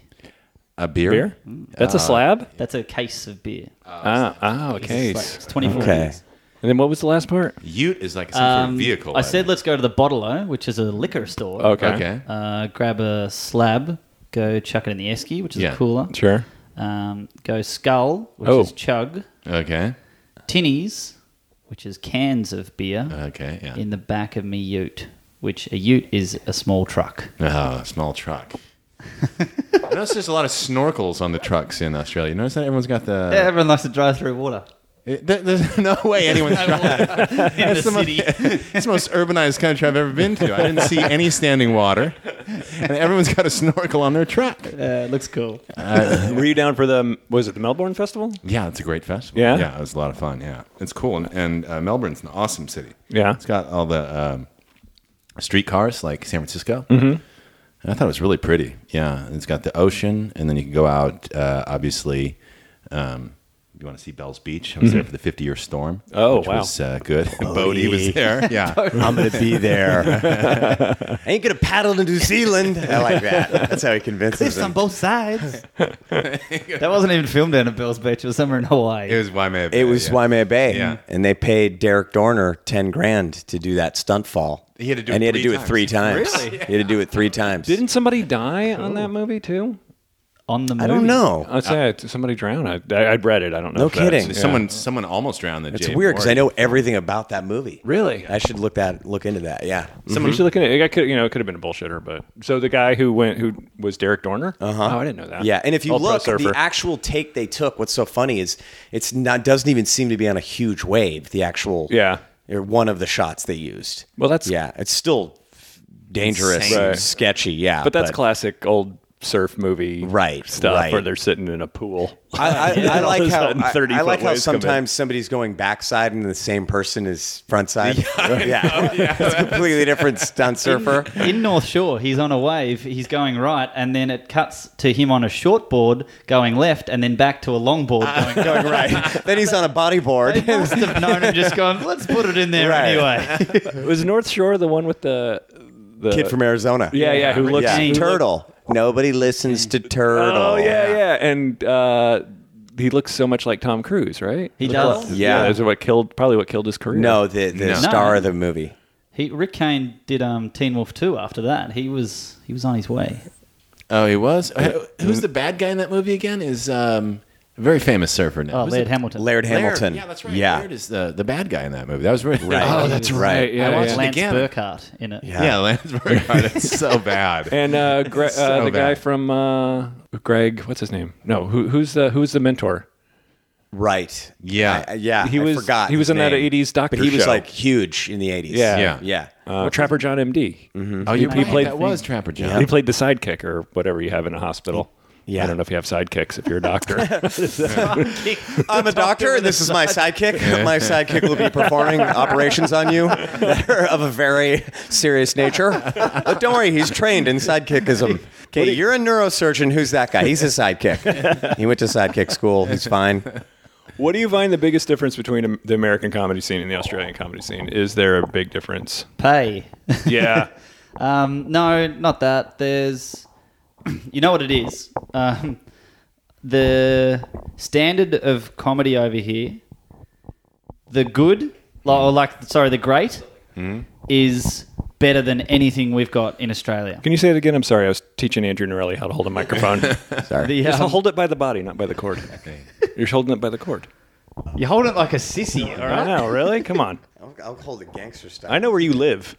D: A beer.
A: beer? That's a
B: Uh,
A: slab.
C: That's a case of beer.
A: Ah, oh, a
C: It's like-
A: case.
C: It's 24
B: Okay.
C: minutes.
A: And then what was the last part?
D: Ute is like
E: some sort of
C: Um,
E: vehicle.
C: I
E: I
C: said let's go to the Bottle, which is a liquor store.
A: Okay.
D: okay.
C: Uh, grab a slab, go chuck it in the esky, which is
D: Yeah.
C: a cooler.
A: Sure.
C: Um, go skull, which
A: Oh.
C: is chug.
D: Okay.
C: Tinnies, which is cans of beer,
A: Uh,
D: Okay. Yeah.
C: in the back of me ute, which a ute is a small truck.
D: Oh, small truck. I noticed there's a lot of snorkels on the trucks in Australia. Notice that everyone's got the.
C: everyone likes to drive through water.
D: It- there- there's no way anyone's driving.
C: In the city.
D: it's the most urbanized country I've ever been to. I didn't see any standing water, and everyone's got a snorkel on their truck.
C: Uh, looks cool.
A: Were you down for the was it the Melbourne Festival?
D: Yeah, it's a great festival.
A: Yeah?
D: yeah, it was a lot of fun. Yeah, it's cool, and, and uh, Melbourne's an awesome city.
A: Yeah.
D: it's got all the um, streetcars like San Francisco. And I thought it was really pretty. Yeah, and it's got the ocean, and then you can go out. Uh, obviously, um, you want to see Bell's Beach. I was there for the 50 year storm.
A: Oh,
D: which
A: wow.
D: was uh, good.
E: Bodie was there. Yeah.
B: I'm going to be there. I ain't going to paddle to New Zealand. I like that. That's how he convinces them.
C: both sides. that wasn't even filmed down at Bell's Beach. It was somewhere in Hawaii.
E: it was Waimea. Bay,
B: It was
E: yeah.
B: Waimea Bay,
E: Yeah.
B: and they paid Derek Dorner ten grand to do that stunt fall.
E: He had to do
B: and
E: it
B: he had to
E: three
B: do it
E: times.
B: three times.
C: Really?
B: He had to do it three times.
A: Didn't somebody die on that movie too?
C: On the movie.
B: I don't know.
A: I'd say I- somebody drowned. I, I, I read it. I don't know.
B: Oh. No
A: if that's-
B: kidding.
A: yeah.
D: Someone, someone almost drowned the.
B: It's weird because I know everything about that movie.
A: Really?
B: I should look that look into that. Yeah.
A: Someone should look at it. I could, you know, it could have been a bullshitter, but so the guy who went, who was Derek Dorner. Uh huh. Oh, I didn't know that.
B: Yeah, and if you
A: Old pro
B: look, the
A: surfer.
B: actual take they took. What's so funny is it's not doesn't even seem to be on a huge wave. The actual
A: Yeah.
B: or one of the shots they used.
A: Well, that's-
B: yeah, it's still dangerous,
E: Insane.
B: and
A: Right.
B: sketchy. Yeah,
A: but that's classic old surf movie
B: Right,
A: stuff
B: right.
A: where they're sitting in a pool.
B: I, I, I
A: all
B: like
A: of a
B: how
A: sudden,
B: I-
A: 30
B: I,
A: foot
B: like how
A: waves come in.
B: sometimes somebody's going backside and the same person is frontside. Yeah, it's a completely different stunt surfer.
C: In North Shore, he's on a wave, he's going right, and then it cuts to him on a short board going left, and then back to a long board going, going right.
B: then he's on a
C: They
B: bodyboard.
C: must have known and just gone, let's put it in there
B: Right.
C: anyway.
A: was North Shore the one with the the
B: Kid from Arizona.
A: Yeah, yeah, who looks
B: yeah.
A: who looks-
B: Turtle. Nobody listens to Turtle.
A: Oh yeah, yeah, and uh, he looks so much like Tom Cruise, right?
C: He does.
A: Yeah,
B: Yeah.
A: those are what killed probably what killed his career.
B: No, the, the
E: No.
B: star of the movie.
C: He, Rick Kane did um, Teen Wolf 2 after that. He was he was on his way.
D: Oh, he was. Who's the bad guy in that movie again? Is um, a very famous surfer now.
C: Oh,
D: Who's
C: Laird
D: the-
C: Hamilton.
B: Laird
D: Laird.
B: Hamilton.
D: Yeah, that's right.
B: Yeah.
D: Laird is the, the bad guy in that movie. That was really
B: Right.
A: Oh, that's right. Yeah,
C: I watched
A: yeah.
C: Lance
D: Again.
C: Burkhart in it.
D: Yeah, Landsberg.
E: It's so bad.
A: And uh, Gre- uh,
E: So
A: the guy
E: bad.
A: from uh, Greg, what's his name? No, who, who's the who's the mentor?
B: Right.
E: Yeah.
B: I- I- yeah.
A: He
B: I
A: was-
B: forgot
A: he was
B: his
A: in that
B: name.
A: 80s doctor
B: But he was
A: show.
B: like huge in the 80s.
A: Yeah.
E: Yeah.
B: Yeah.
A: Uh, Trapper John, M.D. Mm-hmm.
D: Oh, you
A: he played-
D: that was Trapper John.
A: He played the sidekick or whatever you have in a hospital.
B: Yeah.
A: I don't know if you have sidekicks if you're a doctor.
B: I'm a doctor, and this is my sidekick. My sidekick will be performing operations on you that are of a very serious nature. But don't worry, he's trained in sidekickism. Okay, you're a neurosurgeon. Who's that guy? He's a sidekick. He went to sidekick school. He's fine.
A: what do you find the biggest difference between um, the American comedy scene and the Australian comedy scene? Is there a big difference?
C: Pay.
A: Yeah.
C: Um, no, not that. There's, you know what it is. Um, the standard of comedy over here, the good, li- or like, sorry, the great, is better than anything we've got in Australia.
A: Can you say it again? I'm sorry. I was teaching Andrew Norelli how to hold a microphone.
B: Sorry.
C: The,
A: Just
C: um,
A: hold it by the body, not by the cord. You're holding it by the cord.
C: you hold it like a sissy, all
A: I
C: right?
A: know, really? Come on.
B: I'll, I'll hold the gangster stuff.
A: I know where you live.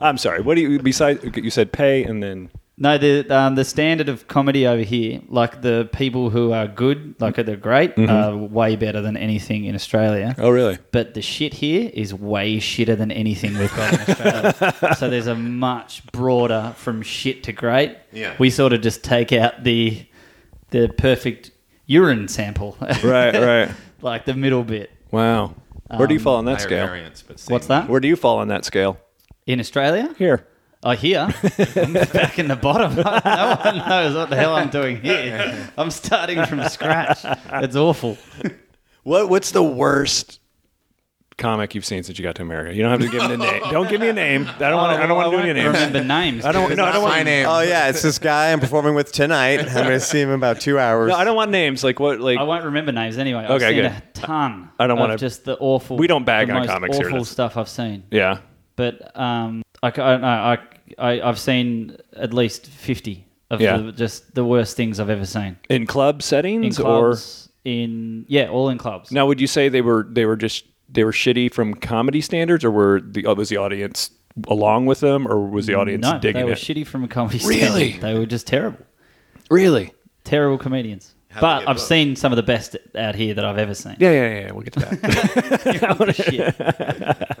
A: I'm sorry. What do you besides you said pay and then
C: No, the um, the standard of comedy over here, like the people who are good, like they're great, are way better than anything in Australia.
A: Mm-hmm. Oh, really?
C: But the shit here is way shitter than anything we've got in Australia. so there's a much broader from shit to great.
E: Yeah.
C: We sort of just take out the the perfect urine sample.
A: Right, right.
C: like the middle bit.
A: Wow. Where do you
C: Um,
A: fall on that
E: Higher
A: scale?
E: variance, but same.
C: What's that?
A: Where do you fall on that scale?
C: In Australia?
A: Here.
C: I hear. I'm Oh, back in the bottom. no one knows what the hell I'm doing here. I'm starting from scratch. It's awful.
A: What What's the worst comic you've seen since you got to America? You don't have to give me a name. Don't give me a name. I don't want. Oh, I don't want to do any names.
C: Remember names.
A: I don't.
E: It's
A: No, I
E: not
A: don't
E: my
A: want.
E: name.
B: Oh yeah, it's this guy I'm performing with tonight. I'm going to see him in about two hours.
A: No, I don't want names. Like what? Like
C: I won't remember names anyway. I've
A: Okay,
C: seen
A: good.
C: a ton.
A: I don't
C: of
A: wanna-
C: just the awful.
A: We don't bag
C: the
A: on
C: most
A: comics here,
C: Awful
A: that's-
C: stuff I've seen.
A: yeah.
C: But um, I, c- I don't know. I, I I've seen at least fifty of
A: Yeah.
C: the, just the worst things I've ever seen
A: In club
C: in
A: settings or
C: clubs. In yeah, all in clubs.
A: now, would you say they were they were just they were shitty from comedy standards, or were the oh, was the audience along with them, or was the audience
C: no, they
A: digging
C: were
A: it?
C: shitty from a comedy.
A: Really?
C: standpoint. they were just terrible,
A: really?
C: terrible comedians.
D: they
C: but
D: get
C: I've
D: booked?
C: seen some of the best out here that I've ever seen.
A: Yeah, yeah, yeah, yeah. We'll get to that.
C: Shit.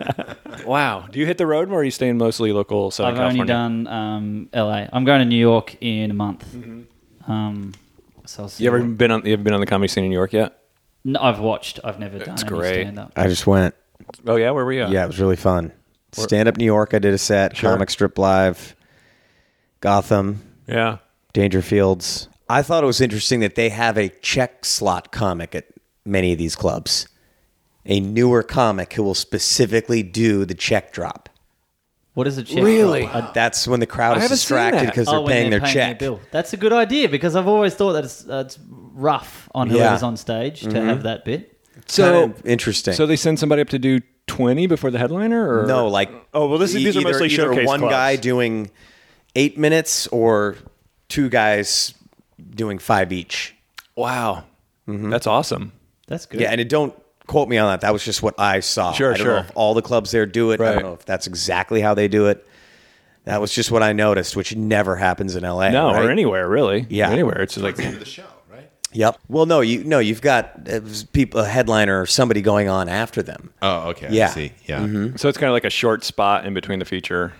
A: wow. Do you hit the road more? Or are you staying mostly local? Southern
C: I've
A: California?
C: only done um, LA. I'm going to New York in a month.
A: Mm-hmm.
C: Um, so I'll see.
A: You ever
C: what-
A: been on? You ever been on the comedy scene in New York yet?
C: No, I've watched. I've never done
A: It's
C: any
A: great.
C: stand-up.
B: I just went.
A: Oh yeah, where were you? at?
B: Yeah, it was really fun. Stand up New York. I did a set. Comic Strip Live. Gotham.
A: yeah.
B: Dangerfields. I thought it was interesting that they have a check slot comic at many of these clubs. A newer comic who will specifically do the check drop.
C: What is a check?
A: Really?
C: drop? I-
B: That's when the crowd
A: I
B: is
A: haven't seen
B: distracted
A: that.
B: because
C: oh,
B: they're
C: when
B: paying their check.
C: bill. That's a good idea because I've always thought that it's, uh, it's rough on
B: Yeah.
C: whoever's on stage to have that bit.
A: So
B: Kinda interesting.
A: So they send somebody up to do twenty before the headliner, or
B: no, like
A: oh well, this is,
B: e-
A: these are
B: either-
A: mostly
B: either
A: showcase
B: one
A: clubs.
B: guy doing eight minutes or two guys doing five each.
A: Wow,
B: Mm-hmm.
A: that's awesome.
C: That's good.
B: Yeah, and it don't quote me on that. That was just what I saw.
A: Sure,
B: I don't
A: sure.
B: know if all the clubs there do it. I
A: Right.
B: don't know if that's exactly how they do it. That was just what I noticed, which never happens in LA.
A: No,
B: right?
A: or anywhere really.
B: Yeah.
A: anywhere. It's just like
E: The show, right?
B: Yep. Well, no, you no, you've got uh, people, a headliner or somebody going on after them.
E: Oh, okay.
B: Yeah.
E: I see. Yeah.
D: Mm-hmm.
A: so. It's kind of like a short spot in between the feature.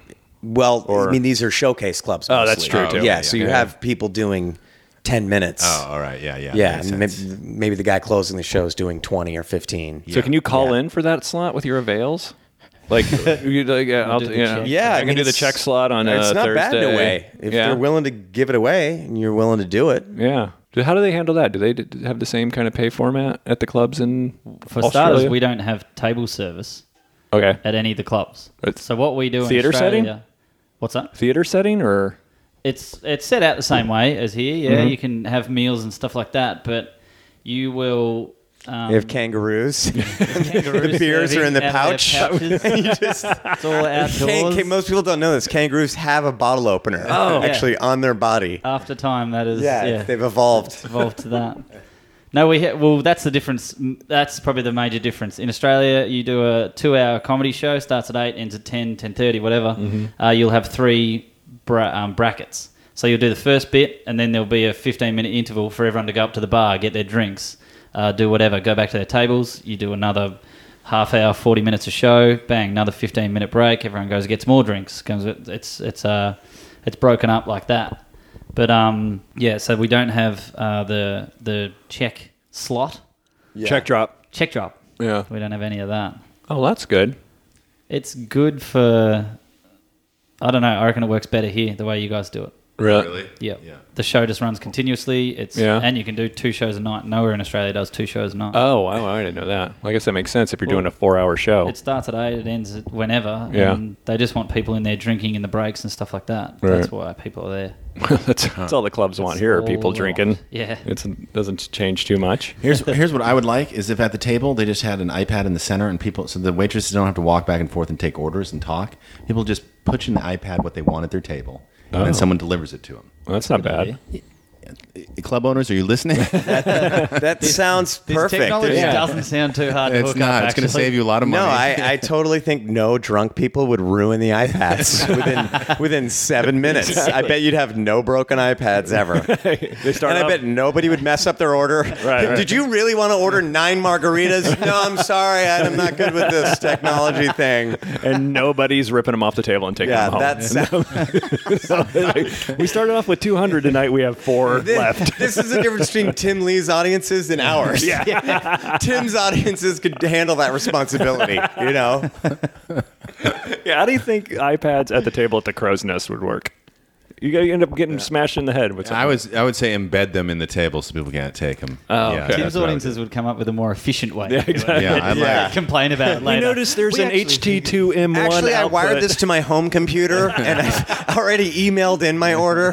B: Well, I mean, these are showcase clubs.
A: Oh, that's
B: mostly.
A: true,
B: yeah,
A: too.
E: Yeah,
B: so
E: yeah,
B: you
A: yeah.
B: have people doing ten minutes.
E: Oh, all right. Yeah, yeah.
B: yeah,
E: Makes
B: and
E: sense.
B: maybe, maybe the guy closing the show is doing twenty or fifteen.
A: So can you call in for that slot with your avails? Like, you, like uh, I'll,
C: do the
A: yeah.
C: check.
B: Yeah,
A: I, can
B: mean,
A: do the
B: it's-
A: check slot on
B: It's
A: uh,
B: not
A: Thursday.
B: bad in a way if
A: yeah.
B: they're willing to give it away and you're willing to do it.
A: Yeah. Do- How do they handle that? Do they d- have the same kind of pay format at the clubs in
C: For
A: Australia?
C: starters, we don't have table service
A: okay
C: at any of the clubs.
A: It's-
C: so what we do
A: Theatre
C: in Australia,
A: setting?
C: what's that?
A: theater setting or
C: it's it's set out the
B: Hmm.
C: same way as here. Yeah,
B: Mm-hmm.
C: you can have meals and stuff like that, but you will. Um,
B: They have kangaroos.
C: kangaroos
B: beers are in the
C: serving out of their
B: pouch.
C: pouches. it's all
B: Kang-
C: outdoors. Oh,
B: kang- most people don't know this. Kangaroos have a bottle opener
C: yeah.
B: actually on their body.
C: After time, that is
B: yeah,
C: yeah,
B: they've evolved.
C: evolved to that. No, we ha- well, that's the difference. m- That's probably the major difference. In Australia, you do a two-hour comedy show, starts at eight, ends at 10, 10.30, whatever. Uh, you'll have three bra- um, brackets. So you'll do the first bit, and then there'll be a fifteen-minute interval for everyone to go up to the bar, get their drinks, uh, do whatever, go back to their tables. You do another half hour, forty minutes of show. Bang, another fifteen-minute break. Everyone goes, gets more drinks. Comes, it's it's uh, it's broken up like that. But um, yeah, so we don't have uh, the the check slot,
A: check drop?
C: check drop.
A: Yeah.
C: We don't have any of that.
A: Oh, that's good.
C: It's good for. I don't know. I reckon it works better here the way you guys do it.
E: Really?
C: Yeah.
E: Yeah.
C: The show just runs continuously. It's
A: Yeah.
C: and you can do two shows a night. Nowhere in Australia does two shows a night.
A: Oh, wow, I didn't know that. Well, I guess that makes sense if you're doing a four-hour show.
C: it starts at eight. It ends at whenever.
A: Yeah.
C: And they just want people in there drinking in the breaks and stuff like that.
A: Right.
C: That's why people are there.
A: that's, that's all the clubs want here are people
C: all they
A: drinking.
C: want. Yeah.
A: It's, it doesn't change too much.
D: Here's here's what I would like is if at the table they just had an iPad in the center and people so the waitresses don't have to walk back and forth and take orders and talk. People just put in the iPad what they want at their table and then someone delivers it to them.
A: Well, that's not bad.
D: club owners, are you listening?
B: That sounds
C: This
B: perfect.
C: technology
A: Yeah.
C: doesn't sound too hard to
E: It's
C: hook
E: not.
C: up.
E: It's going to
C: actually.
E: save you a lot of money.
B: No, I, I totally think no drunk people would ruin the iPads within within seven minutes. I bet you'd have no broken iPads ever.
A: They start
B: and I
A: off-
B: bet nobody would mess up their order.
A: Right, right.
B: Did you really want to order nine margaritas? No, I'm sorry, Ed, I'm not good with this technology thing.
A: and nobody's ripping them off the table and taking
B: Yeah,
A: them home.
B: that's
A: we started off with 200 tonight. We have four left.
B: This is the difference between Tim Lee's audiences and ours. Tim's audiences could handle that responsibility, you know?
A: Yeah, how do you think iPads at the table at the crow's nest would work? You gotta end up getting smashed in the head. With something.
E: I was. I would say embed them in the table so people can't take them.
A: Oh, okay.
E: that's what I
A: Tim's
E: would
C: Tim's
E: do.
C: audiences would come up with a more efficient way.
A: yeah,
C: to do it.
A: exactly.
E: Yeah, I like.
B: Yeah.
C: Complain about it
A: You
C: later.
A: notice there's
C: We
A: an
C: actually
A: HT2 M1.
B: Actually, I wired
A: output.
B: this to my home computer and I've already emailed in my order.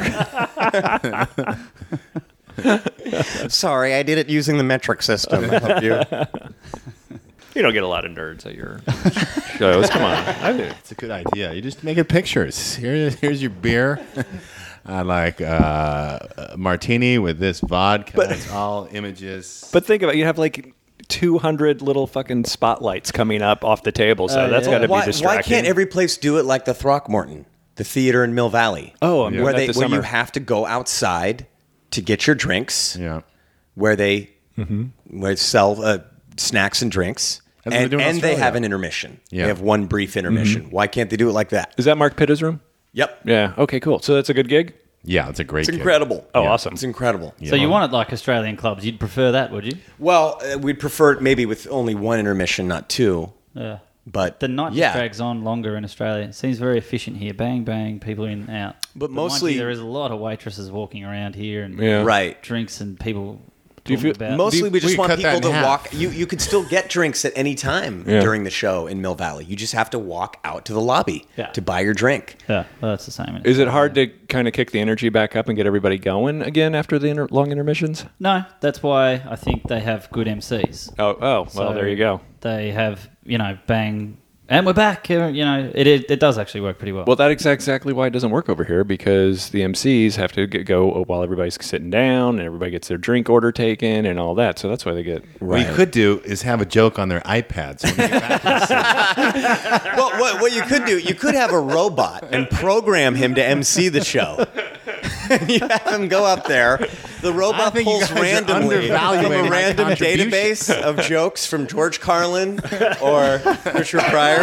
B: Sorry, I did it using the metric system. I love you.
A: You don't get a lot of nerds at your shows. Come on.
D: I do. It's a good idea. You just make it pictures. Here, here's your beer. I like uh, a martini with this vodka. it's all images.
A: But think about it. You have like 200 little fucking spotlights coming up off the table, so
C: Oh,
A: that's
C: yeah.
A: got to be
B: Why,
A: distracting.
B: why can't every place do it like the Throckmorton, the theater in Mill Valley?
A: Oh, I'm doing
B: where
A: that
B: they
A: this
B: where
A: summer.
B: you have to go outside to get your drinks.
D: yeah.
B: where they
A: Mm-hmm.
B: where they sell uh, snacks and drinks,
D: That's what they
B: and,
D: do in
B: and they
D: Australia.
B: have an intermission.
D: Yeah.
B: They have one brief intermission.
A: Mm-hmm.
B: Why can't they do it like that?
A: Is that Mark Pitta's room?
B: Yep,
A: Yeah. Okay, cool. So that's a good gig?
D: Yeah, it's a great
B: it's
D: gig.
B: incredible.
A: Oh, awesome.
B: It's incredible.
C: So you wanted like Australian clubs? You'd prefer that, would you?
B: Well, uh, we'd prefer it maybe with only one intermission, not two.
C: Yeah.
B: But
C: The night just
B: yeah,
C: drags on longer in Australia. It seems very efficient here. Bang, bang, people in and out.
B: But
C: mind
B: mostly-
C: you, there is a lot of waitresses walking around here and
A: Yeah.
B: right.
C: drinks and people.
A: you
C: talking
A: feel-
C: about
B: Mostly,
D: Do you-
B: we just
D: we
B: want
D: cut that
B: people to
D: in half.
B: walk. You you could still get drinks at any time
A: Yeah.
B: during the show in Mill Valley. You just have to walk out to the lobby
C: Yeah.
B: to buy your drink.
C: Yeah, well, that's the same.
A: Is it hard to kind of kick the energy back up and get everybody going again after the inter- long intermissions?
C: No, that's why I think they have good MCs.
A: Oh, oh, well,
C: So
A: there you go.
C: They have, you know, bang, and we're back. You know, it, it, it does actually work pretty well.
A: Well, that's exactly why it doesn't work over here because the MCs have to get, go while everybody's sitting down and everybody gets their drink order taken and all that. So that's why they get.
D: Right.
E: What you could do is have a joke on their iPads. When they get back to the city.
B: well, what, what you could do, you could have a robot and program him to MC the show. you have him go up there. The
E: I
B: robot
E: think you
B: pulls
E: guys are
B: randomly from a
E: undervaluating my
B: random
E: contribution.
B: database of jokes from George Carlin or Richard Pryor.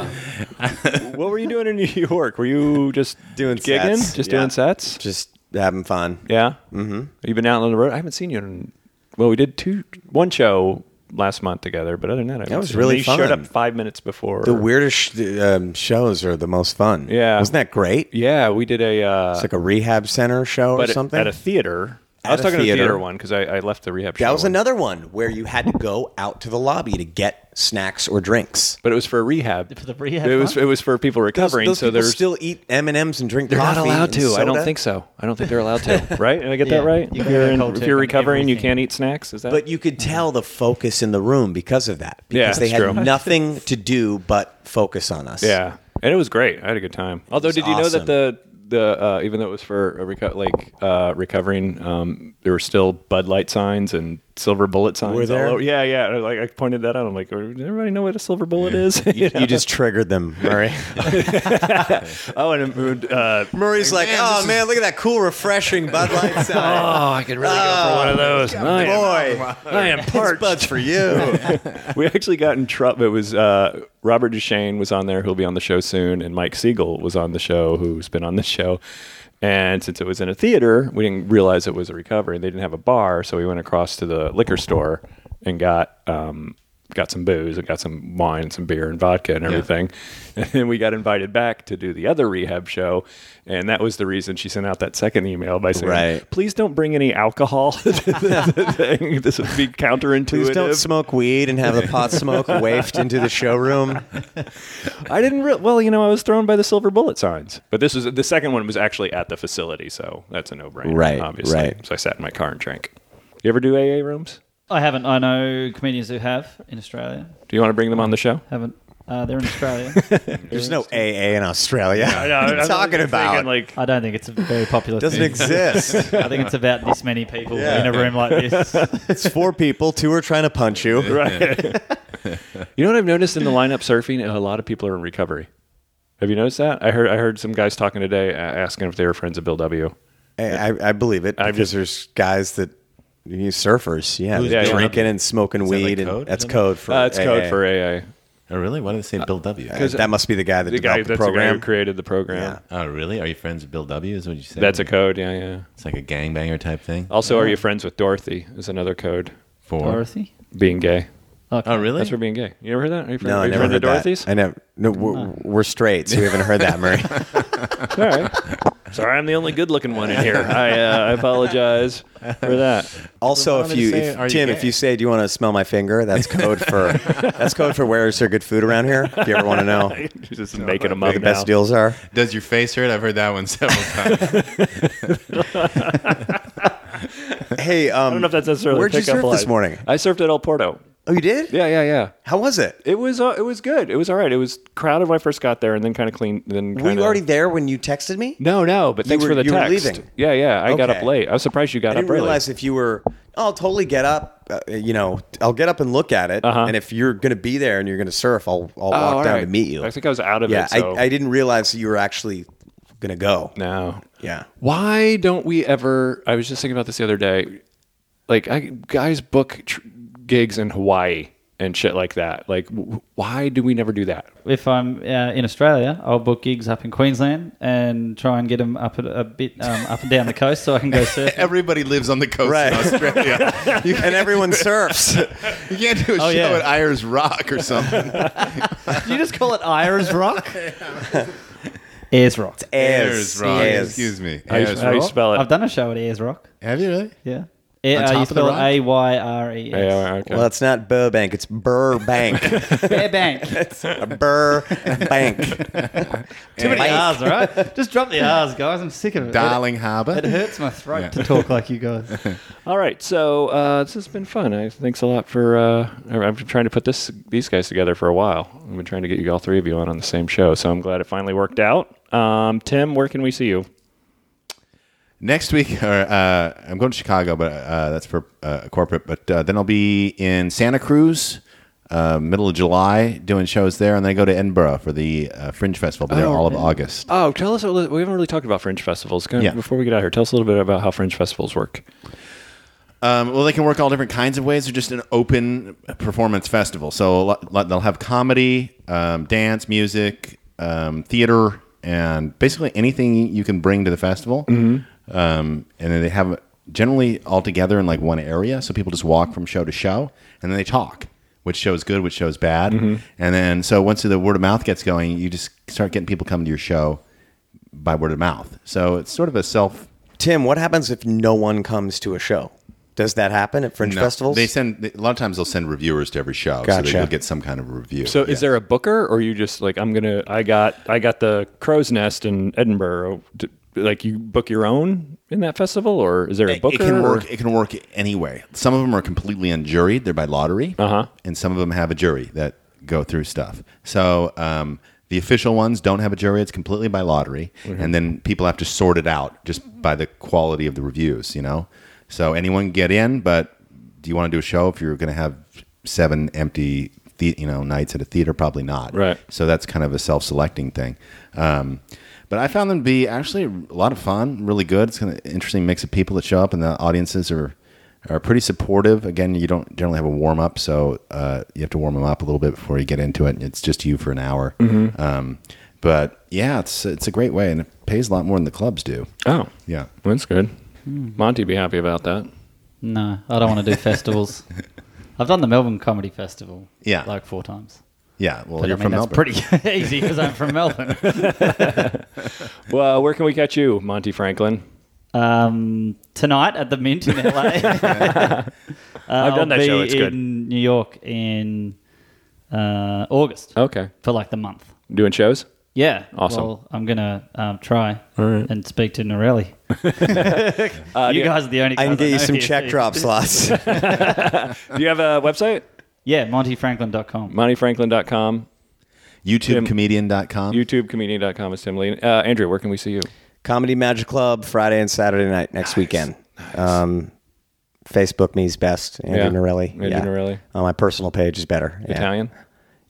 A: What were you doing in New York? Were you just
B: Doing
A: gigging?
B: sets,
A: Just
B: yeah.
A: doing sets?
B: Just having fun.
A: Yeah. Mm-hmm. You've been out on the road. I haven't seen you in. Well, we did two one show last month together, but other than that, I haven't
B: was
A: seen you.
B: really
A: You Showed
B: fun.
A: up five minutes before.
B: The weirdest sh- um, shows are the most fun.
A: Yeah.
B: Wasn't that great?
A: Yeah, we did a. Uh,
B: It's like a rehab center show
A: but
B: or
A: at-
B: something.
A: at a theater. I
B: At
A: was
B: a
A: talking to the
B: theater.
A: theater one because I, I left the rehab.
B: that
A: show
B: was
A: one.
B: another one where you had to go out to the lobby to get snacks or drinks.
A: but it was for rehab.
C: For the rehab
A: it was
C: one?
A: it was for people recovering.
B: Those
A: so
B: people
A: there's
B: still eat M and M's and drink.
A: they're not
B: coffee
A: allowed
B: and
A: to. I don't
B: soda.
A: think so. I don't think they're allowed to. right? Did I get that
C: Yeah.
A: right?
C: You
A: if
C: can
A: you're,
C: get
A: in-
C: cold
A: if
C: turkey
A: you're
C: on
A: recovering, you
C: everything.
A: can't eat snacks. Is that?
B: But you could tell the focus in the room because of that.
A: Yeah,
B: Because they
A: that's
B: had
A: true.
B: nothing to do but focus on us.
A: yeah, and it was great. I had a good time. Although,
B: was
A: did you know that
B: awesome.
A: the the uh, even though it was for a reco- like uh, recovering, um, there were still Bud Light signs and silver bullet signs. all
B: there?
A: over- yeah, yeah. I, Like I pointed that out. I'm like, does everybody know what a silver bullet is? You know?
B: You just triggered them, Murray.
A: oh, and uh,
B: Murray's like,
E: Man, this
B: oh
E: is-
B: man, look at that cool, refreshing Bud Light sign.
A: I could really go for one of those. I am-
B: Oh, Boy,
A: I am
B: it's Bud's for you.
A: we actually got in trouble. It was uh, Robert Duchesne was on there, who'll be on the show soon, and Mike Siegel was on the show, who's been on the show. And since it was in a theater, we didn't realize it was a recovery. They didn't have a bar, so we went across to the liquor store and got um, got some booze and got some wine, and some beer, and vodka, and everything. And then we got invited back to do the other rehab show, and that was the reason she sent out that second email by saying,
B: Right.
A: "Please don't bring any alcohol to the thing. This would be counterintuitive."
B: Please don't smoke weed and have the pot smoke wafted into the showroom.
A: I didn't real well, you know, I was thrown by the silver bullet signs. But this was the second one was actually at the facility, so that's a no brainer.
B: Right,
A: Obviously.
B: right.
A: So I sat in my car and drank. You ever do AA rooms?
C: I haven't. I know comedians who have in Australia.
A: Do you want to bring them on the show?
C: Haven't. Uh, they're in Australia.
B: There's no AA in Australia.
A: I
B: what are you
A: was
B: talking
A: thinking,
B: about?
A: like
C: I don't think it's a very popular
B: Doesn't
C: thing.
B: exist.
C: I think it's about this many people
B: Yeah.
C: in a room like this.
B: it's four people. Two are trying to punch you.
A: you know what I've noticed in the lineup surfing? A lot of people are in recovery. Have you noticed that? I heard I heard some guys talking today uh, asking if they were friends of Bill W.
B: Hey, I, I believe it because there's guys that you know, surfers, yeah,
A: Yeah, yeah.
B: drinking and smoking
D: that like
B: weed,
D: code?
B: and that's code for
A: Uh, it's code
B: AA.
A: for AA.
D: Oh, really? Why did they say Bill W?
B: Uh, that must be the guy that
A: The guy
B: developed
A: that's
B: the
A: the guy who
B: program.
A: created the program.
D: Oh, really? Are you friends with Bill W? Is what you said?
A: That's a code. Yeah, yeah.
D: It's like a gangbanger type thing.
A: Also, are you friends with Dorothy? Is another code.
D: For
C: Dorothy.
A: Being gay.
D: oh, really?
A: That's for being gay. You ever heard that? Are you friend,
B: no,
A: are
B: I
A: you
B: never
A: friend
B: heard
A: of
B: that.
A: Dorothy's?
B: I never. No, we're,
D: Hmm.
B: we're straight, so we haven't heard that, Murray.
A: All right. Sorry, I'm the only good-looking one in here. I, uh, I apologize for that.
B: Also,
D: Well,
B: if you,
D: say,
B: if,
D: are you
B: Tim,
D: gay?
B: if you say, "Do you want to smell my finger?" That's code for that's code for where is there good food around here? If you ever want to know where
A: Just making them up
B: the best
A: now.
B: deals are,
E: Does your face hurt? I've heard that one several times.
B: hey, um,
A: I don't know if that's necessarily.
B: where'd
A: a
B: you
A: pickup
B: surf this
A: line.
B: morning?
A: I surfed at El Porto.
B: Oh, you did?
A: Yeah, yeah, yeah.
B: How was it?
A: It was uh, it was good. It was all right. It was crowded when I first got there, and then kind of clean. Then
B: Were
A: kind
B: you already there when you texted me?
A: No, no. But thanks
B: were-
A: for the
B: you were
A: text.
B: leaving.
A: Yeah, yeah. I got up
B: Okay.
A: late. I was surprised you got
B: I
A: up
B: didn't
A: early.
B: realize if you were, oh, I'll totally get up. Uh, you know, I'll get up and look at it.
A: Uh-huh.
B: And if you're going to be there and you're going to surf, I'll, I'll
A: Oh, all
B: walk down
A: right.
B: to meet you.
A: I think I was out of
B: yeah,
A: it. So.
B: I, I didn't realize that you were actually going to go.
A: no.
B: Yeah.
A: Why don't we ever? I was just thinking about this the other day. Like, I, guys book tr- gigs in Hawaii and shit like that. Like, w- why do we never do that?
C: If I'm uh, in Australia, I'll book gigs up in Queensland and try and get them up a, a bit um, up and down the coast so I can go surfing.
E: Everybody lives on the coast
B: Right.
E: in Australia. You,
B: And everyone surfs.
E: you can't do a
C: Oh,
E: show
C: yeah.
E: at Ayers Rock or something.
C: you just call it Ayers Rock? Ayers Rock.
E: Ayers Rock.
B: Airs.
E: Excuse me.
A: How you,
E: Ayers
A: how you
E: Rock.
A: spell it?
C: I've done a show at Ayers Rock.
E: Have you really?
C: Yeah. A-
E: On
C: uh,
E: top
C: you
E: of the
C: spell
E: rock?
C: A Y R E
A: Yeah, all
C: S.
A: right, okay.
B: Well, it's not Burbank. It's Burbank.
C: Fairbank.
B: Burbank.
C: Too many
B: Bank.
C: R's, all right? Just drop the R's, guys. I'm sick of it.
E: Darling
C: It
E: Harbour.
C: hurts my throat
E: Yeah.
C: to talk like you guys.
A: All right, so uh, this has been fun. I, thanks a lot for. Uh, I've been trying to put this these guys together for a while. I've been trying to get you all three of you on on the same show, so I'm glad it finally worked out. Um, Tim, where can we see you?
D: Next week, or, uh, I'm going to Chicago, but uh, that's for uh, corporate. But uh, then I'll be in Santa Cruz, uh, middle of July, doing shows there, and then I go to Edinburgh for the uh, Fringe Festival. But there all of August.
A: Oh, tell us. a little- We haven't really talked about Fringe festivals. Go-
D: Yeah.
A: Before we get out here, tell us a little bit about how Fringe festivals work.
D: Um, well, they can work all different kinds of ways. They're just an open performance festival. So a lot- lot- they'll have comedy, um, dance, music, um, theater, and basically anything you can bring to the festival. Um, and then they have it generally all together in like one area. So people just walk from show to show and then they talk. Which shows good, which shows bad, and then so once the word of mouth gets going, you just start getting people coming to your show by word of mouth. So it's sort of a self
B: Tim, what happens if no one comes to a show? Does that happen at fringe
D: No.
B: festivals?
D: They send a lot of times they'll send reviewers to every show,
B: Gotcha.
D: so they'll get some kind of review.
A: So, is there a booker, or you just like I'm gonna? I got I got the Crow's Nest in Edinburgh. D- Like you book your own in that festival, or is there a
D: it,
A: booker?
D: it can work.
A: or-
D: It can work any way. Some of them are completely unjuried; they're by lottery,
A: Uh-huh.
D: and some of them have a jury that go through stuff. So um, the official ones don't have a jury; it's completely by lottery,
A: Mm-hmm.
D: and then people have to sort it out just by the quality of the reviews. You know, so anyone can get in, but do you want to do a show if you're going to have seven empty? The, you know, nights at a theater, probably not.
A: Right.
D: So that's kind of a self-selecting thing. Um, but I found them to be actually a lot of fun, really good. It's kind of an interesting mix of people that show up, and the audiences are are pretty supportive. Again, you don't generally have a warm up, so uh, you have to warm them up a little bit before you get into it, and it's just you for an hour. Um, but yeah, it's it's a great way, and it pays a lot more than the clubs do.
A: Oh,
D: Yeah.
A: that's good. Monty, be happy about that.
C: No, I don't want to do festivals. I've done the Melbourne Comedy Festival.
D: Yeah.
C: Like four times.
D: Yeah, well,
C: But
D: you're
C: I mean,
D: from
C: that's
D: Melbourne.
C: pretty easy because I'm from Melbourne.
A: Well, where can we catch you, Monty Franklin?
C: Um, tonight at the Mint in LA. Uh,
A: I've done
C: I'll
A: that
C: be
A: show, it's
C: in
A: good.
C: New York in uh, August
A: Okay.
C: for like the month.
A: Doing shows?
C: Yeah.
A: Awesome.
C: Well, I'm gonna um, try
A: right.
C: and speak to Norelli. you guys are the only.
B: I can
C: guys
B: get you
C: know
B: some
C: here,
B: check
C: so-
B: drop slots.
A: Do you have a website?
C: Yeah, MontyFranklin.com.
A: MontyFranklin.com.
D: YouTubecomedian.com.
A: YouTubecomedian.com is Tim Lee. Uh, Andrew, where can we see you?
B: Comedy Magic Club Friday and Saturday night next weekend. Um, Facebook me's best. Andrew
A: Yeah.
B: Norelli.
A: Andrew Norelli.
B: Uh, my personal page is better. Yeah.
A: Italian?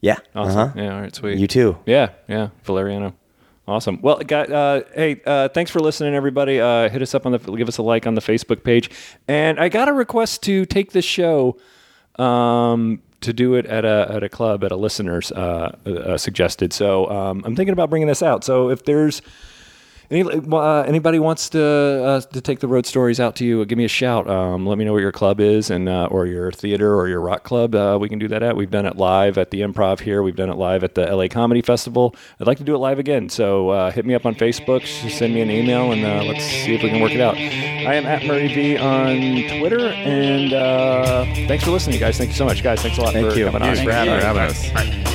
B: Yeah.
A: Awesome.
B: Uh-huh.
A: Yeah, all right, sweet.
B: You too.
A: Yeah, yeah, Valeriano. Awesome. Well, got, uh, hey, uh, thanks for listening, everybody. Uh, hit us up on the, give us a like on the Facebook page, and I got a request to take this show, um, to do it at a at a club at a listener's uh, uh, suggested. So um, I'm thinking about bringing this out. So if there's any, uh, anybody wants to uh, to take the road stories out to you, give me a shout. Um, let me know what your club is, and uh, or your theater or your rock club. Uh, we can do that at. We've done it live at the Improv here. We've done it live at the LA Comedy Festival. I'd like to do it live again. So uh, hit me up on Facebook, s- send me an email, and uh, let's see if we can work it out. I am at Murray V on Twitter, and uh, thanks for listening, guys. Thank you so much, guys. Thanks a lot
B: Thank
A: for
B: you.
A: coming on.
E: Thanks for having us.